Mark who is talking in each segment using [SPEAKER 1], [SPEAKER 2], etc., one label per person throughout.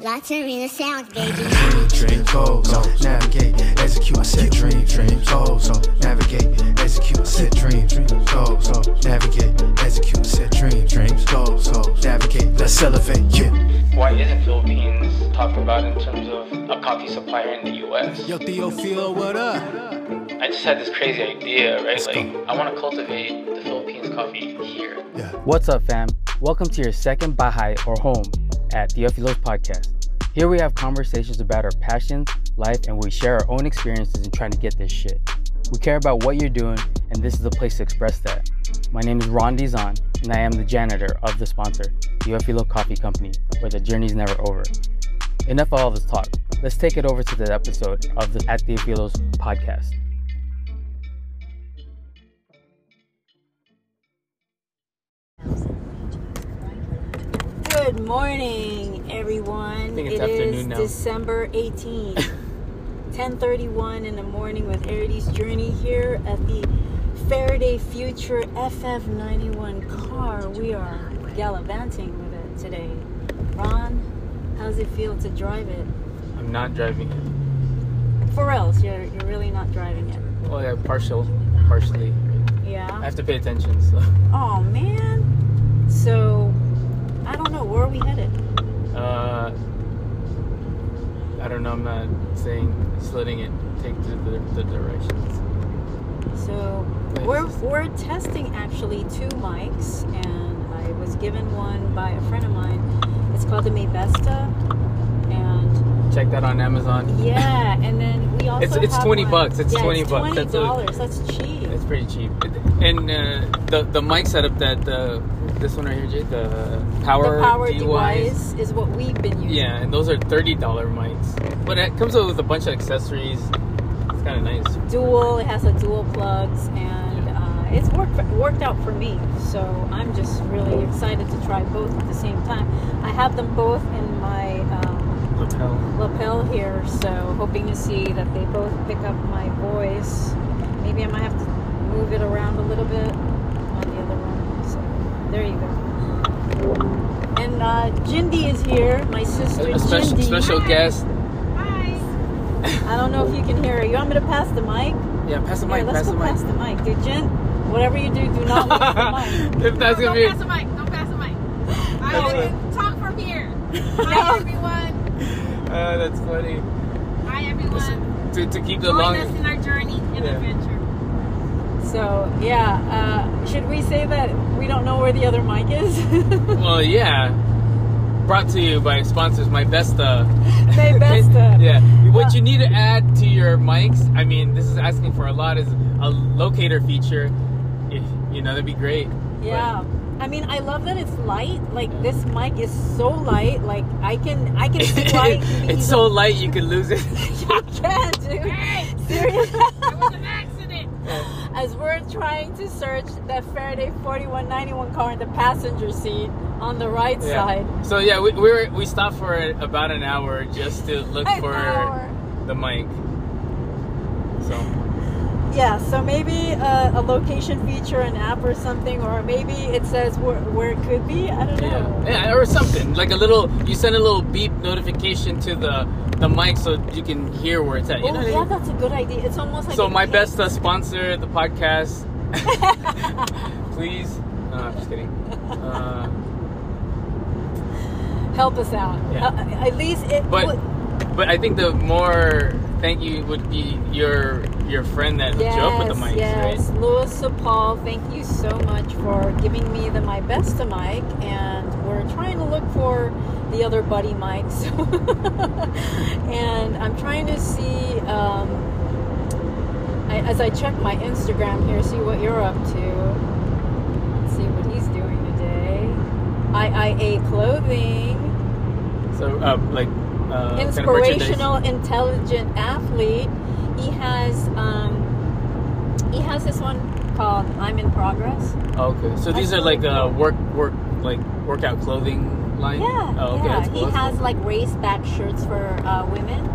[SPEAKER 1] I turn me the sound, baby.
[SPEAKER 2] Dream goals on navigate, execute. I said dream, dream goals on navigate, execute. I said dream, dream goals on navigate, execute. I said dream, dreams goals on navigate. Let's elevate, yeah.
[SPEAKER 3] Why isn't Philippines talked about in terms of a coffee supplier in the U.S.?
[SPEAKER 2] Yo, Theo, feel what up?
[SPEAKER 3] I just had this crazy idea, right? Like, I want to cultivate the Philippines coffee here.
[SPEAKER 4] What's up, fam? Welcome to your second Baha'i or home at Theophilos Podcast. Here we have conversations about our passions, life, and we share our own experiences in trying to get this shit. We care about what you're doing, and this is the place to express that. My name is Ron Dizon, and I am the janitor of the sponsor, Theophilo Coffee Company, where the journey's never over. Enough of all this talk. Let's take it over to the episode of the At Theophilos Podcast.
[SPEAKER 5] Good morning, everyone.
[SPEAKER 4] think it's
[SPEAKER 5] It is
[SPEAKER 4] afternoon now.
[SPEAKER 5] December 18th, 10:31 in the morning with Arity's Journey here at the Faraday Future FF91 car. We are gallivanting with it today. Ron, how's it feel to drive it?
[SPEAKER 4] I'm not driving it.
[SPEAKER 5] For reals, you're, you're really not driving it.
[SPEAKER 4] Well, yeah, partial, partially. I
[SPEAKER 5] Yeah.
[SPEAKER 4] have to pay attention. So,
[SPEAKER 5] Oh man. So I don't know where are we headed.
[SPEAKER 4] uh, I don't know. I'm not saying it's letting it take the, the, the directions.
[SPEAKER 5] So
[SPEAKER 4] Right.
[SPEAKER 5] we're, we're testing actually two mics, and I was given one by a friend of mine. It's called the Maybesta, and
[SPEAKER 4] Check that on Amazon.
[SPEAKER 5] yeah, and then we also
[SPEAKER 4] It's- it's
[SPEAKER 5] have
[SPEAKER 4] 20
[SPEAKER 5] one-
[SPEAKER 4] bucks. It's
[SPEAKER 5] yeah,
[SPEAKER 4] 20
[SPEAKER 5] it's
[SPEAKER 4] bucks.
[SPEAKER 5] Twenty
[SPEAKER 4] That's a-
[SPEAKER 5] dollars. That's cheap.
[SPEAKER 4] It's pretty cheap. And uh, the the mic setup that uh, this one right here, Jay, the power,
[SPEAKER 5] the power
[SPEAKER 4] DYs.
[SPEAKER 5] device is what we've been using.
[SPEAKER 4] Yeah, and those are thirty dollar mics. But it comes with a bunch of accessories. It's kind of nice.
[SPEAKER 5] Dual. It has a dual plugs, and uh, it's worked worked out for me. So I'm just really excited to try both at the same time. I have them both in my. Um,
[SPEAKER 4] Lapel.
[SPEAKER 5] lapel here, so hoping to see that they both pick up my voice. Maybe I might have to move it around a little bit on the other one. So there you go. And uh, Jindy is here, my sister.
[SPEAKER 4] A special
[SPEAKER 5] Jindy.
[SPEAKER 4] special guest.
[SPEAKER 5] I don't know if you can hear her. You want me to pass the mic?
[SPEAKER 4] Yeah, pass the
[SPEAKER 5] Here,
[SPEAKER 4] mic.
[SPEAKER 5] let's
[SPEAKER 4] pass
[SPEAKER 5] go
[SPEAKER 4] the mic.
[SPEAKER 5] pass the mic, dude. Jin, whatever you do, do not lose the mic.
[SPEAKER 4] if that's
[SPEAKER 6] don't
[SPEAKER 4] gonna be
[SPEAKER 6] pass the mic. Don't pass the mic.
[SPEAKER 4] That's
[SPEAKER 6] I can talk from here. Hi everyone.
[SPEAKER 4] uh, that's funny.
[SPEAKER 6] Hi everyone.
[SPEAKER 4] To, to keep the
[SPEAKER 6] Join
[SPEAKER 4] long
[SPEAKER 6] us in our journey and
[SPEAKER 4] Yeah.
[SPEAKER 6] adventure.
[SPEAKER 5] So yeah, uh, should we say that we don't know where the other mic is?
[SPEAKER 4] well yeah. Brought to you by sponsors My Besta.
[SPEAKER 5] They Besta.
[SPEAKER 4] yeah. What you need to add to your mics, I mean this is asking for a lot is a locator feature. If, you know, that'd be great. But
[SPEAKER 5] Yeah. I mean, I love that it's light. Like this mic is so light. Like I can, I can see light.
[SPEAKER 4] it's so light you could lose it.
[SPEAKER 5] I can, dude. Seriously.
[SPEAKER 6] It was an accident.
[SPEAKER 5] As we're trying to search that Faraday 4191 car in the passenger seat on the right side.
[SPEAKER 4] Yeah. So yeah, we we, were, we stopped for about an hour just to look
[SPEAKER 5] An
[SPEAKER 4] for
[SPEAKER 5] hour.
[SPEAKER 4] the mic. So
[SPEAKER 5] Yeah. So maybe uh, a location feature, an app or something, or maybe it says where, where it could be. I don't know.
[SPEAKER 4] yeah. yeah, or something like a little. You send a little beep notification to the the mic so you can hear where it's at. You know
[SPEAKER 5] Oh
[SPEAKER 4] what I
[SPEAKER 5] yeah,
[SPEAKER 4] mean?
[SPEAKER 5] that's a good idea. It's almost like
[SPEAKER 4] So
[SPEAKER 5] a
[SPEAKER 4] my
[SPEAKER 5] case.
[SPEAKER 4] best uh, sponsor the podcast, please. No, I'm just kidding. Uh,
[SPEAKER 5] help us out.
[SPEAKER 4] Yeah.
[SPEAKER 5] Uh, at least it.
[SPEAKER 4] But-
[SPEAKER 5] would-
[SPEAKER 4] but I think the more thank you would be your your friend that hooked you up with the mics,
[SPEAKER 5] yes.
[SPEAKER 4] right?
[SPEAKER 5] Louis Sapal, thank you so much for giving me the my best to mic, and we're trying to look for the other buddy mics, and I'm trying to see. Um, I, as I check my Instagram here, see what you're up to. Let's see what he's doing today. IIA Clothing.
[SPEAKER 4] So uh, like uh, kind of merchandise.
[SPEAKER 5] inspirational, intelligent athlete. He has um, he has this one called "I'm in Progress."
[SPEAKER 4] Oh, Okay, so these are like uh, work, work, like workout clothing line.
[SPEAKER 5] Yeah,
[SPEAKER 4] Oh, okay,
[SPEAKER 5] yeah.
[SPEAKER 4] that's
[SPEAKER 5] He
[SPEAKER 4] cool.
[SPEAKER 5] has like raised back shirts for uh, women,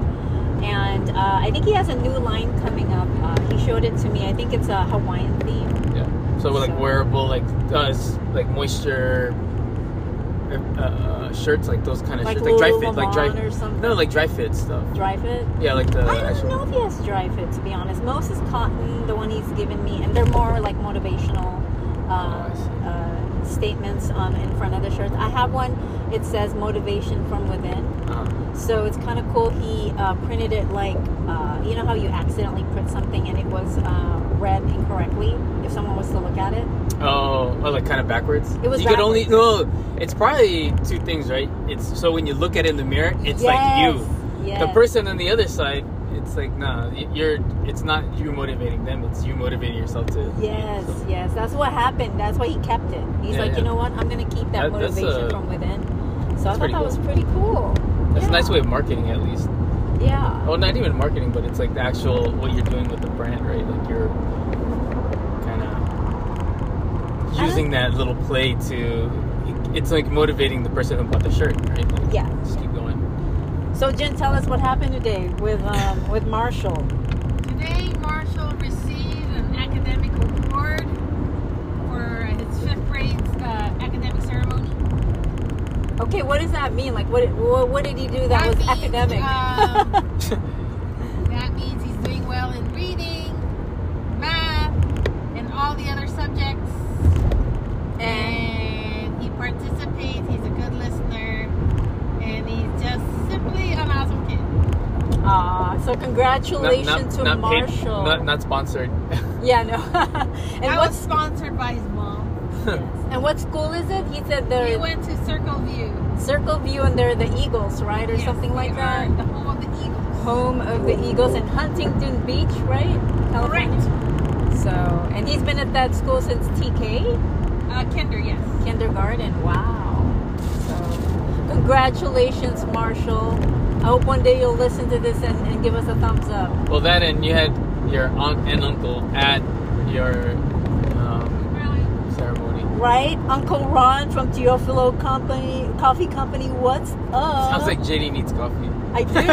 [SPEAKER 5] and uh, I think he has a new line coming up. Uh, he showed it to me. I think it's a Hawaiian theme.
[SPEAKER 4] Yeah. So like
[SPEAKER 5] So-
[SPEAKER 4] wearable, like uh, s- like moisture uh, shirts, like those kind of
[SPEAKER 5] Like
[SPEAKER 4] shirts, like dry fit,
[SPEAKER 5] Lululemon
[SPEAKER 4] like dry.
[SPEAKER 5] or something?
[SPEAKER 4] No, like dry fit stuff.
[SPEAKER 5] Dry fit?
[SPEAKER 4] Yeah, like the.
[SPEAKER 5] I don't
[SPEAKER 4] actual-
[SPEAKER 5] know if he has dry fit to be honest. Most is cotton, the one he's given me, and they're more like motivational um,
[SPEAKER 4] Oh, I see.
[SPEAKER 5] uh, statements on in front of the shirts. I have one. It says motivation from within,
[SPEAKER 4] Uh-huh.
[SPEAKER 5] so it's kind of cool. He uh, printed it like uh, you know how you accidentally print something and it was uh, read incorrectly. If someone was to look at it,
[SPEAKER 4] Oh, oh, like kind of backwards.
[SPEAKER 5] It was
[SPEAKER 4] You could only no. It's probably two things, right? It's so when you look at it in the mirror, it's like you.
[SPEAKER 5] Yes.
[SPEAKER 4] The person on the other side, it's like nah. y- You're. It's not you motivating them. It's you motivating yourself to.
[SPEAKER 5] Yes, yes. That's what happened. That's why he kept it. He's
[SPEAKER 4] Yeah,
[SPEAKER 5] like,
[SPEAKER 4] yeah.
[SPEAKER 5] you know what? I'm gonna keep that,
[SPEAKER 4] That- that's,
[SPEAKER 5] motivation
[SPEAKER 4] uh,
[SPEAKER 5] from within. So I thought that
[SPEAKER 4] pretty cool.
[SPEAKER 5] was pretty cool.
[SPEAKER 4] That's
[SPEAKER 5] yeah.
[SPEAKER 4] a nice Oh. way of marketing, at least.
[SPEAKER 5] Yeah.
[SPEAKER 4] Well, not even marketing, but it's like the actual what you're doing with the brand, right? Like you're kind of
[SPEAKER 5] I
[SPEAKER 4] using that little play to. It's like motivating the person who bought the shirt, right? Like,
[SPEAKER 5] Yeah.
[SPEAKER 4] Just keep going.
[SPEAKER 5] So Jen, tell us what happened today with um, with Marshall.
[SPEAKER 6] Today, Marshall received an academic award for his fifth grade uh, academic ceremony.
[SPEAKER 5] Okay, what does that mean? Like, what what, what did he do that was
[SPEAKER 6] means,
[SPEAKER 5] academic?
[SPEAKER 6] Um, that means he's doing well in reading, math, and all the other subjects. And he participates. He's a good listener, and he's just simply an awesome kid.
[SPEAKER 5] Ah, so congratulations to
[SPEAKER 4] paid-
[SPEAKER 5] Marshall.
[SPEAKER 4] not, not sponsored.
[SPEAKER 5] yeah, no. and
[SPEAKER 6] I
[SPEAKER 5] what
[SPEAKER 6] was sponsored by his mom.
[SPEAKER 5] and what school is it? He said
[SPEAKER 6] He
[SPEAKER 5] they're
[SPEAKER 6] went to Circle View
[SPEAKER 5] Circle View and they're the Eagles, right, or
[SPEAKER 6] Yes,
[SPEAKER 5] something
[SPEAKER 6] they
[SPEAKER 5] like
[SPEAKER 6] are
[SPEAKER 5] that.
[SPEAKER 6] The home of the Eagles.
[SPEAKER 5] home of the Eagles in Huntington Beach, right? California. So, and he's been at that school since TK
[SPEAKER 6] Uh, Kinder, yes.
[SPEAKER 5] kindergarten. Wow. So, congratulations, Marshall. I hope one day you'll listen to this and, and give us a thumbs up.
[SPEAKER 4] well, that and you had your aunt and uncle at your um,
[SPEAKER 6] Really?
[SPEAKER 4] ceremony.
[SPEAKER 5] Right, Uncle Ron from Teofilo Company Coffee Company. What's up?
[SPEAKER 4] Sounds like JD needs coffee.
[SPEAKER 5] I do.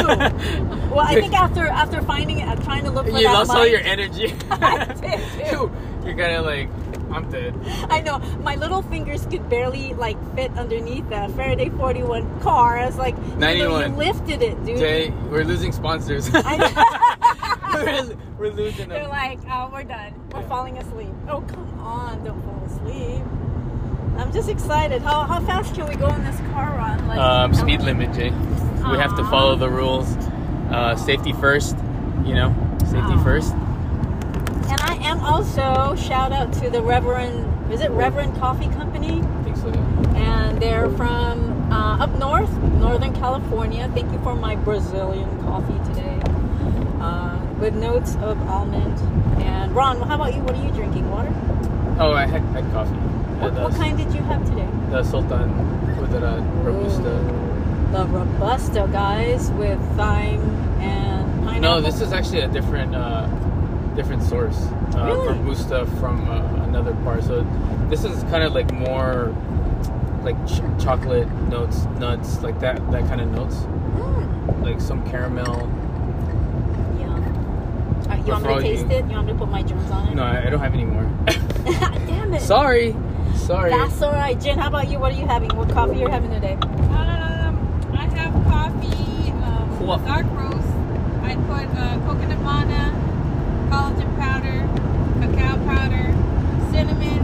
[SPEAKER 5] well, I think after after finding it, I'm trying to look for
[SPEAKER 4] you
[SPEAKER 5] that
[SPEAKER 4] lost
[SPEAKER 5] mic.
[SPEAKER 4] all your energy.
[SPEAKER 5] I did, too.
[SPEAKER 4] You're kind of like, I'm dead.
[SPEAKER 5] I know my little fingers could barely like fit underneath that Faraday 41 car. I was like, you know, You
[SPEAKER 4] 91.
[SPEAKER 5] lifted it, dude.
[SPEAKER 4] Jay, we're losing sponsors.
[SPEAKER 5] I-
[SPEAKER 4] we're, we're losing
[SPEAKER 5] They're
[SPEAKER 4] them.
[SPEAKER 5] like, oh, we're done. We're
[SPEAKER 4] Yeah.
[SPEAKER 5] falling asleep. Oh, come on, don't fall asleep. I'm just excited. How, how fast can we go in this car run? Like
[SPEAKER 4] um,
[SPEAKER 5] how-
[SPEAKER 4] speed limit, Jay. We have to follow the rules. Uh, safety first, you know. Safety
[SPEAKER 5] Aw.
[SPEAKER 4] first.
[SPEAKER 5] And I am also shout out to the Reverend. Is it Reverend Coffee Company?
[SPEAKER 4] I think so.
[SPEAKER 5] and they're from uh, up north, Northern California. Thank you for my Brazilian coffee today uh, with notes of almond. And Ron, how about you? What are you drinking? Water?
[SPEAKER 4] Oh, I had, had coffee.
[SPEAKER 5] What,
[SPEAKER 4] the,
[SPEAKER 5] what kind did you have today?
[SPEAKER 4] The Sultan Kudrat Robusta.
[SPEAKER 5] Ooh, The Robusta, guys, with thyme and pineapple.
[SPEAKER 4] No, this is actually a different uh, different source. Uh,
[SPEAKER 5] Really?
[SPEAKER 4] Robusta from uh, another part. So this is kind of like more like ch- chocolate notes, nuts, like that that kind of notes,
[SPEAKER 5] Mm,
[SPEAKER 4] like some caramel.
[SPEAKER 5] yum. All right,
[SPEAKER 4] We're
[SPEAKER 5] you want me to
[SPEAKER 4] froggy.
[SPEAKER 5] taste it? You want me to put my germs on it?
[SPEAKER 4] No, I, I don't have any more.
[SPEAKER 5] Damn it.
[SPEAKER 4] Sorry. Sorry.
[SPEAKER 5] That's all right. Jen, how about you? What are you having? What coffee you're having today?
[SPEAKER 6] Um, I have coffee, um,
[SPEAKER 4] Cool.
[SPEAKER 6] dark roast. I put uh, coconut mana, collagen powder, cacao powder, cinnamon,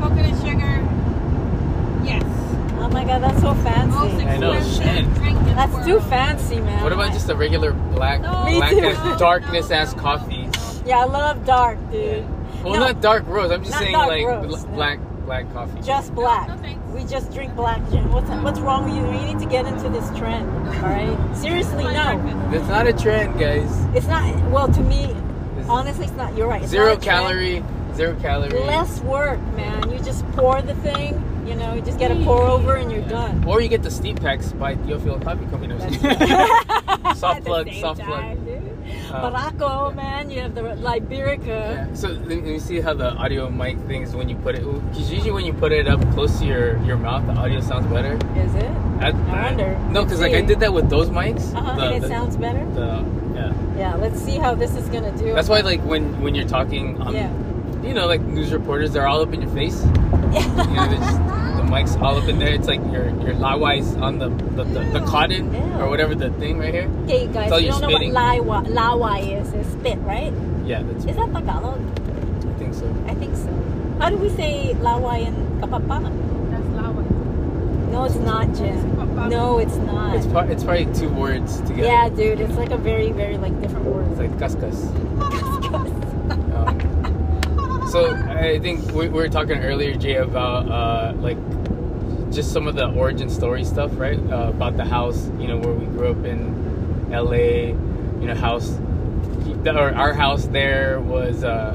[SPEAKER 6] coconut sugar. Yes.
[SPEAKER 5] Oh my god, that's so fancy.
[SPEAKER 6] Most
[SPEAKER 4] I know, shit.
[SPEAKER 6] expensive drink in
[SPEAKER 5] That's
[SPEAKER 6] the
[SPEAKER 5] too
[SPEAKER 6] world.
[SPEAKER 5] fancy, man.
[SPEAKER 4] What about just a regular black,
[SPEAKER 6] No,
[SPEAKER 5] Me
[SPEAKER 4] black
[SPEAKER 5] too.
[SPEAKER 4] ass, darkness ass
[SPEAKER 6] no, no,
[SPEAKER 4] coffee?
[SPEAKER 6] no.
[SPEAKER 5] Yeah, I love dark, dude.
[SPEAKER 4] Well,
[SPEAKER 5] No.
[SPEAKER 4] not dark rose. I'm just
[SPEAKER 5] Not
[SPEAKER 4] saying
[SPEAKER 5] dark
[SPEAKER 4] like
[SPEAKER 5] roast,
[SPEAKER 4] bl-
[SPEAKER 5] no.
[SPEAKER 4] black black coffee.
[SPEAKER 5] Just black.
[SPEAKER 6] No, no thanks.
[SPEAKER 5] we just drink black gin. What's what's wrong with you? We need to get into this trend. All right. Seriously,
[SPEAKER 6] My
[SPEAKER 5] no.
[SPEAKER 6] darkness.
[SPEAKER 4] That's not a trend, guys.
[SPEAKER 5] It's not. Well, to me,
[SPEAKER 4] This-
[SPEAKER 5] honestly, it's not. You're right. It's
[SPEAKER 4] Zero
[SPEAKER 5] not a trend.
[SPEAKER 4] calorie, zero calorie.
[SPEAKER 5] Less work, man. You just pour the thing. You know, you just get a pour over and you're done.
[SPEAKER 4] Or you get the steam packs by Theophil Coffee Company.
[SPEAKER 5] soft
[SPEAKER 4] plug, soft plug. Uh,
[SPEAKER 5] Baracco, man. You have the Liberica.
[SPEAKER 4] yeah. So let me, let me see how the audio mic things when you put it. Because usually when you put it up close to your, your mouth, the audio sounds better.
[SPEAKER 5] Is it?
[SPEAKER 4] I,
[SPEAKER 5] wonder.
[SPEAKER 4] No, because like I
[SPEAKER 5] See.
[SPEAKER 4] did that with those mics.
[SPEAKER 5] Uh-huh.
[SPEAKER 4] the-
[SPEAKER 5] and it
[SPEAKER 4] the-
[SPEAKER 5] sounds better.
[SPEAKER 4] the- yeah.
[SPEAKER 5] Yeah. Let's see how this is gonna do.
[SPEAKER 4] That's why like when when you're talking, um,
[SPEAKER 5] Yeah.
[SPEAKER 4] you know, like news reporters, they're all up in your face. You know, they're just, the Mike's all up in there. It's like your your lawai's on the the, the, the
[SPEAKER 5] Ew.
[SPEAKER 4] cotton
[SPEAKER 5] Ew.
[SPEAKER 4] or whatever the thing right here.
[SPEAKER 5] Okay, you guys,
[SPEAKER 4] all
[SPEAKER 5] you
[SPEAKER 4] you're
[SPEAKER 5] don't
[SPEAKER 4] spitting.
[SPEAKER 5] know what lawa, lawa is. It's spit, right?
[SPEAKER 4] Yeah, that's
[SPEAKER 5] Is that Tagalog?
[SPEAKER 4] I think so.
[SPEAKER 5] I think so. How do we say lawa in kapapama?
[SPEAKER 6] That's Lawa.
[SPEAKER 5] No, it's not, Jim.
[SPEAKER 6] Kapapa.
[SPEAKER 5] No, it's not.
[SPEAKER 4] It's pro- it's probably two words together.
[SPEAKER 5] yeah, dude, it's like a very, very like different
[SPEAKER 4] It's
[SPEAKER 5] word.
[SPEAKER 4] like cascas. Um, so I think we, we were talking earlier, Jay, about uh, like just some of the origin story stuff, right? Uh, about the house, you know, where we grew up in LA. You know, house or our house there was a,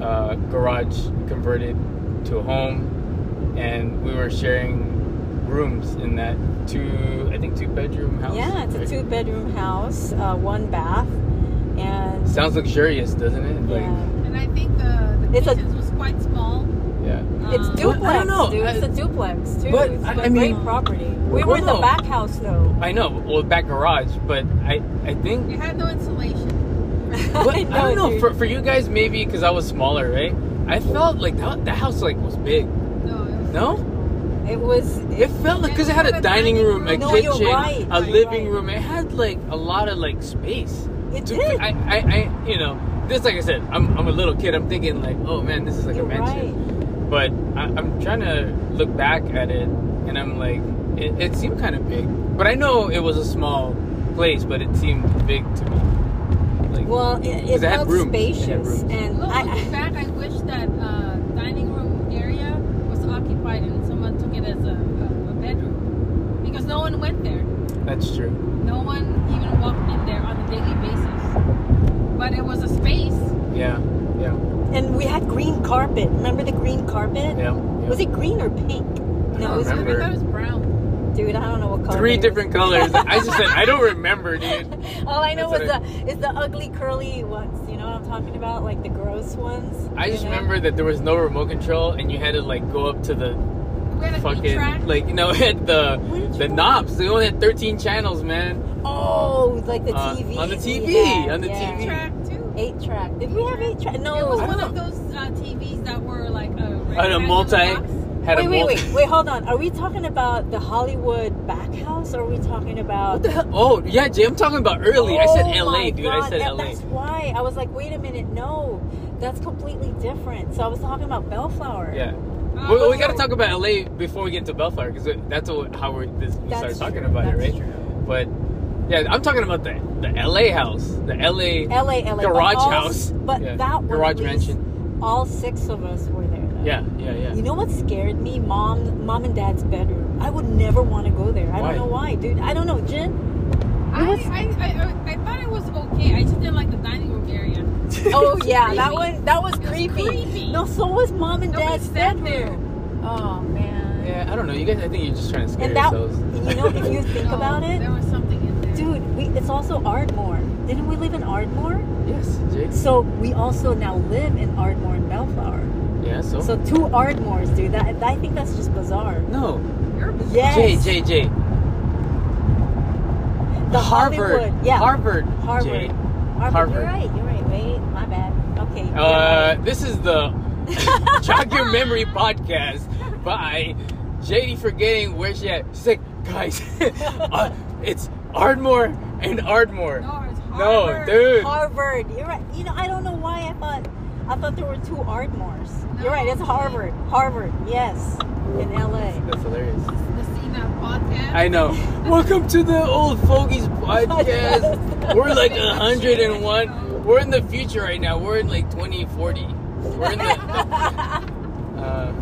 [SPEAKER 4] a garage converted to a home, and we were sharing rooms in that two, I think, two bedroom house.
[SPEAKER 5] Yeah, it's a
[SPEAKER 4] right?
[SPEAKER 5] two bedroom house, uh, one bath, and
[SPEAKER 4] Sounds luxurious, doesn't it? Like,
[SPEAKER 5] yeah.
[SPEAKER 6] And I think the, the
[SPEAKER 5] It's a-
[SPEAKER 6] kitchen was quite small.
[SPEAKER 4] yeah.
[SPEAKER 5] It's
[SPEAKER 6] Um,
[SPEAKER 5] duplex,
[SPEAKER 4] Well, I don't know.
[SPEAKER 5] dude. It's
[SPEAKER 4] I-
[SPEAKER 5] a duplex too.
[SPEAKER 4] But,
[SPEAKER 5] it's
[SPEAKER 4] I-
[SPEAKER 5] a
[SPEAKER 4] I
[SPEAKER 5] great
[SPEAKER 4] mean-
[SPEAKER 5] property. We
[SPEAKER 4] Well,
[SPEAKER 5] were in the
[SPEAKER 4] no.
[SPEAKER 5] back house though.
[SPEAKER 4] I know, well, back garage, but I, I
[SPEAKER 6] You
[SPEAKER 4] think,
[SPEAKER 6] had no insulation.
[SPEAKER 4] but I, don't know,
[SPEAKER 5] dude.
[SPEAKER 4] for, for you guys maybe because I was smaller, right? I felt like that, that house like was big.
[SPEAKER 6] No. It was,
[SPEAKER 4] No,
[SPEAKER 5] it was.
[SPEAKER 4] it
[SPEAKER 5] It,
[SPEAKER 4] felt like because it had a dining room, a
[SPEAKER 5] No, you're
[SPEAKER 4] kitchen,
[SPEAKER 5] right,
[SPEAKER 4] a
[SPEAKER 5] you're
[SPEAKER 4] living
[SPEAKER 5] right.
[SPEAKER 4] room. It had like a lot of like space.
[SPEAKER 5] it
[SPEAKER 4] To-
[SPEAKER 5] did.
[SPEAKER 4] I, I, I, you know, this like I said, I'm, I'm a little kid. I'm thinking like, oh man, this is like
[SPEAKER 5] you're
[SPEAKER 4] a mansion.
[SPEAKER 5] right.
[SPEAKER 4] But I, I'm trying to look back at it, and I'm like, it, it seemed kind of big. But I know it was a small place, but it seemed big to me. Like,
[SPEAKER 5] Well, it, it
[SPEAKER 4] Because it had
[SPEAKER 5] felt
[SPEAKER 4] rooms. It had
[SPEAKER 5] spacious,
[SPEAKER 4] rooms.
[SPEAKER 5] and
[SPEAKER 6] Look,
[SPEAKER 5] I,
[SPEAKER 6] looking
[SPEAKER 5] I,
[SPEAKER 6] back, I wish that uh, dining room area was occupied and someone took it as a, a, a bedroom because no one went there.
[SPEAKER 4] that's true.
[SPEAKER 6] No one even walked in there on a daily basis. But it was a space.
[SPEAKER 4] Yeah, yeah,
[SPEAKER 5] and we had green carpet. Remember the green carpet?
[SPEAKER 4] yeah. yeah.
[SPEAKER 5] Was it green or pink? No, it was
[SPEAKER 6] I
[SPEAKER 4] remember.
[SPEAKER 6] thought it was brown.
[SPEAKER 5] dude. I don't know what color.
[SPEAKER 4] three
[SPEAKER 5] it was.
[SPEAKER 4] different colors? I just said I don't remember, dude.
[SPEAKER 5] All I know
[SPEAKER 4] That's
[SPEAKER 5] is
[SPEAKER 4] what
[SPEAKER 5] the is the ugly curly ones. You know what I'm talking about, like the gross ones.
[SPEAKER 4] I
[SPEAKER 5] you
[SPEAKER 4] just
[SPEAKER 5] know?
[SPEAKER 4] remember that there was no remote control, and you had to like go up to the
[SPEAKER 6] We had a
[SPEAKER 4] fucking
[SPEAKER 6] track.
[SPEAKER 4] like you know at
[SPEAKER 5] Where
[SPEAKER 4] the
[SPEAKER 5] did
[SPEAKER 4] the
[SPEAKER 5] you-
[SPEAKER 4] knobs. They only had thirteen channels, man.
[SPEAKER 5] Oh, like the
[SPEAKER 4] Uh,
[SPEAKER 5] TV
[SPEAKER 4] on the TV, on the TV.
[SPEAKER 6] track too.
[SPEAKER 5] Eight track. Did we have eight track? No,
[SPEAKER 6] It was
[SPEAKER 4] I
[SPEAKER 6] one
[SPEAKER 4] don't
[SPEAKER 6] of those uh, TVs that were like a
[SPEAKER 4] On a
[SPEAKER 6] rectangular
[SPEAKER 4] multi,
[SPEAKER 6] box. Uh,
[SPEAKER 4] had
[SPEAKER 5] wait,
[SPEAKER 4] a
[SPEAKER 5] wait,
[SPEAKER 4] multi.
[SPEAKER 5] wait, wait, hold on. Are we talking about the Hollywood back house or are we talking about
[SPEAKER 4] What the hell? Oh yeah, Jay. I'm talking about early. I said
[SPEAKER 5] Oh
[SPEAKER 4] LA,
[SPEAKER 5] my
[SPEAKER 4] dude. I
[SPEAKER 5] God,
[SPEAKER 4] said
[SPEAKER 5] that-
[SPEAKER 4] LA.
[SPEAKER 5] That's why. I was like, wait a minute, no. That's completely different. So I was talking about Bellflower.
[SPEAKER 4] Yeah.
[SPEAKER 6] Uh,
[SPEAKER 4] we, we
[SPEAKER 6] okay.
[SPEAKER 4] got to talk about LA before we get to Bellflower because that's what, how we're, this, we started
[SPEAKER 5] That's true,
[SPEAKER 4] talking about it,
[SPEAKER 5] that's
[SPEAKER 4] right?
[SPEAKER 5] true.
[SPEAKER 4] But yeah, I'm talking about the the LA house, the LA.
[SPEAKER 5] LA, LA. but
[SPEAKER 4] Garage
[SPEAKER 5] all-
[SPEAKER 4] house.
[SPEAKER 5] But
[SPEAKER 4] Yeah.
[SPEAKER 5] that one.
[SPEAKER 4] Garage
[SPEAKER 5] at least, All six of us were there. Though.
[SPEAKER 4] Yeah, yeah, yeah.
[SPEAKER 5] You know what scared me? Mom, mom and dad's bedroom. I would never want to go there. I
[SPEAKER 4] Why?
[SPEAKER 5] don't know why, dude. I don't know, Jen.
[SPEAKER 6] I, I, I, I thought it was okay. I just didn't like the dining room area.
[SPEAKER 5] Oh yeah, that
[SPEAKER 6] Creepy.
[SPEAKER 5] one. That was
[SPEAKER 6] It was
[SPEAKER 5] creepy.
[SPEAKER 6] creepy.
[SPEAKER 5] No, so was mom and
[SPEAKER 6] Nobody
[SPEAKER 5] dad's
[SPEAKER 6] sat
[SPEAKER 5] bedroom.
[SPEAKER 6] there.
[SPEAKER 5] Oh man.
[SPEAKER 4] Yeah, I don't know. You guys, I think you're just trying to scare
[SPEAKER 5] And that,
[SPEAKER 4] yourselves.
[SPEAKER 5] you know, if you think
[SPEAKER 6] No,
[SPEAKER 5] about it,
[SPEAKER 6] There was something in there.
[SPEAKER 5] dude, we, it's also Ardmore. Didn't we live in Ardmore?
[SPEAKER 4] yes, Jake.
[SPEAKER 5] So we also now live in Ardmore and Bellflower.
[SPEAKER 4] Yeah, so.
[SPEAKER 5] So two Ardmores, dude. That I think that's just bizarre.
[SPEAKER 4] no,
[SPEAKER 6] You're-
[SPEAKER 5] Yes.
[SPEAKER 4] Jay, Jay, Jay.
[SPEAKER 5] The
[SPEAKER 4] Harvard,
[SPEAKER 5] Hollywood. Yeah.
[SPEAKER 4] Harvard,
[SPEAKER 5] Harvard.
[SPEAKER 4] Jay.
[SPEAKER 5] Harvard.
[SPEAKER 4] Harvard.
[SPEAKER 5] You're right. You're right. Wait, my bad. Okay.
[SPEAKER 6] Oh,
[SPEAKER 4] Uh, this is the Jog Your Memory podcast by JD forgetting where she at. She's like, guys, uh, it's Ardmore and Ardmore.
[SPEAKER 6] No, it's
[SPEAKER 4] No,
[SPEAKER 6] Harvard.
[SPEAKER 5] you're right.
[SPEAKER 4] dude.
[SPEAKER 5] Harvard. You're right. You know, I don't know why I thought I thought there were two Ardmores.
[SPEAKER 6] No.
[SPEAKER 5] You're right. It's Harvard. Harvard. Yes. In LA.
[SPEAKER 4] That's hilarious.
[SPEAKER 6] The Cena podcast.
[SPEAKER 4] I know. Welcome to the old fogies podcast. We're like 101. We're in the future right now. We're in like 2040. We're in the. Uh,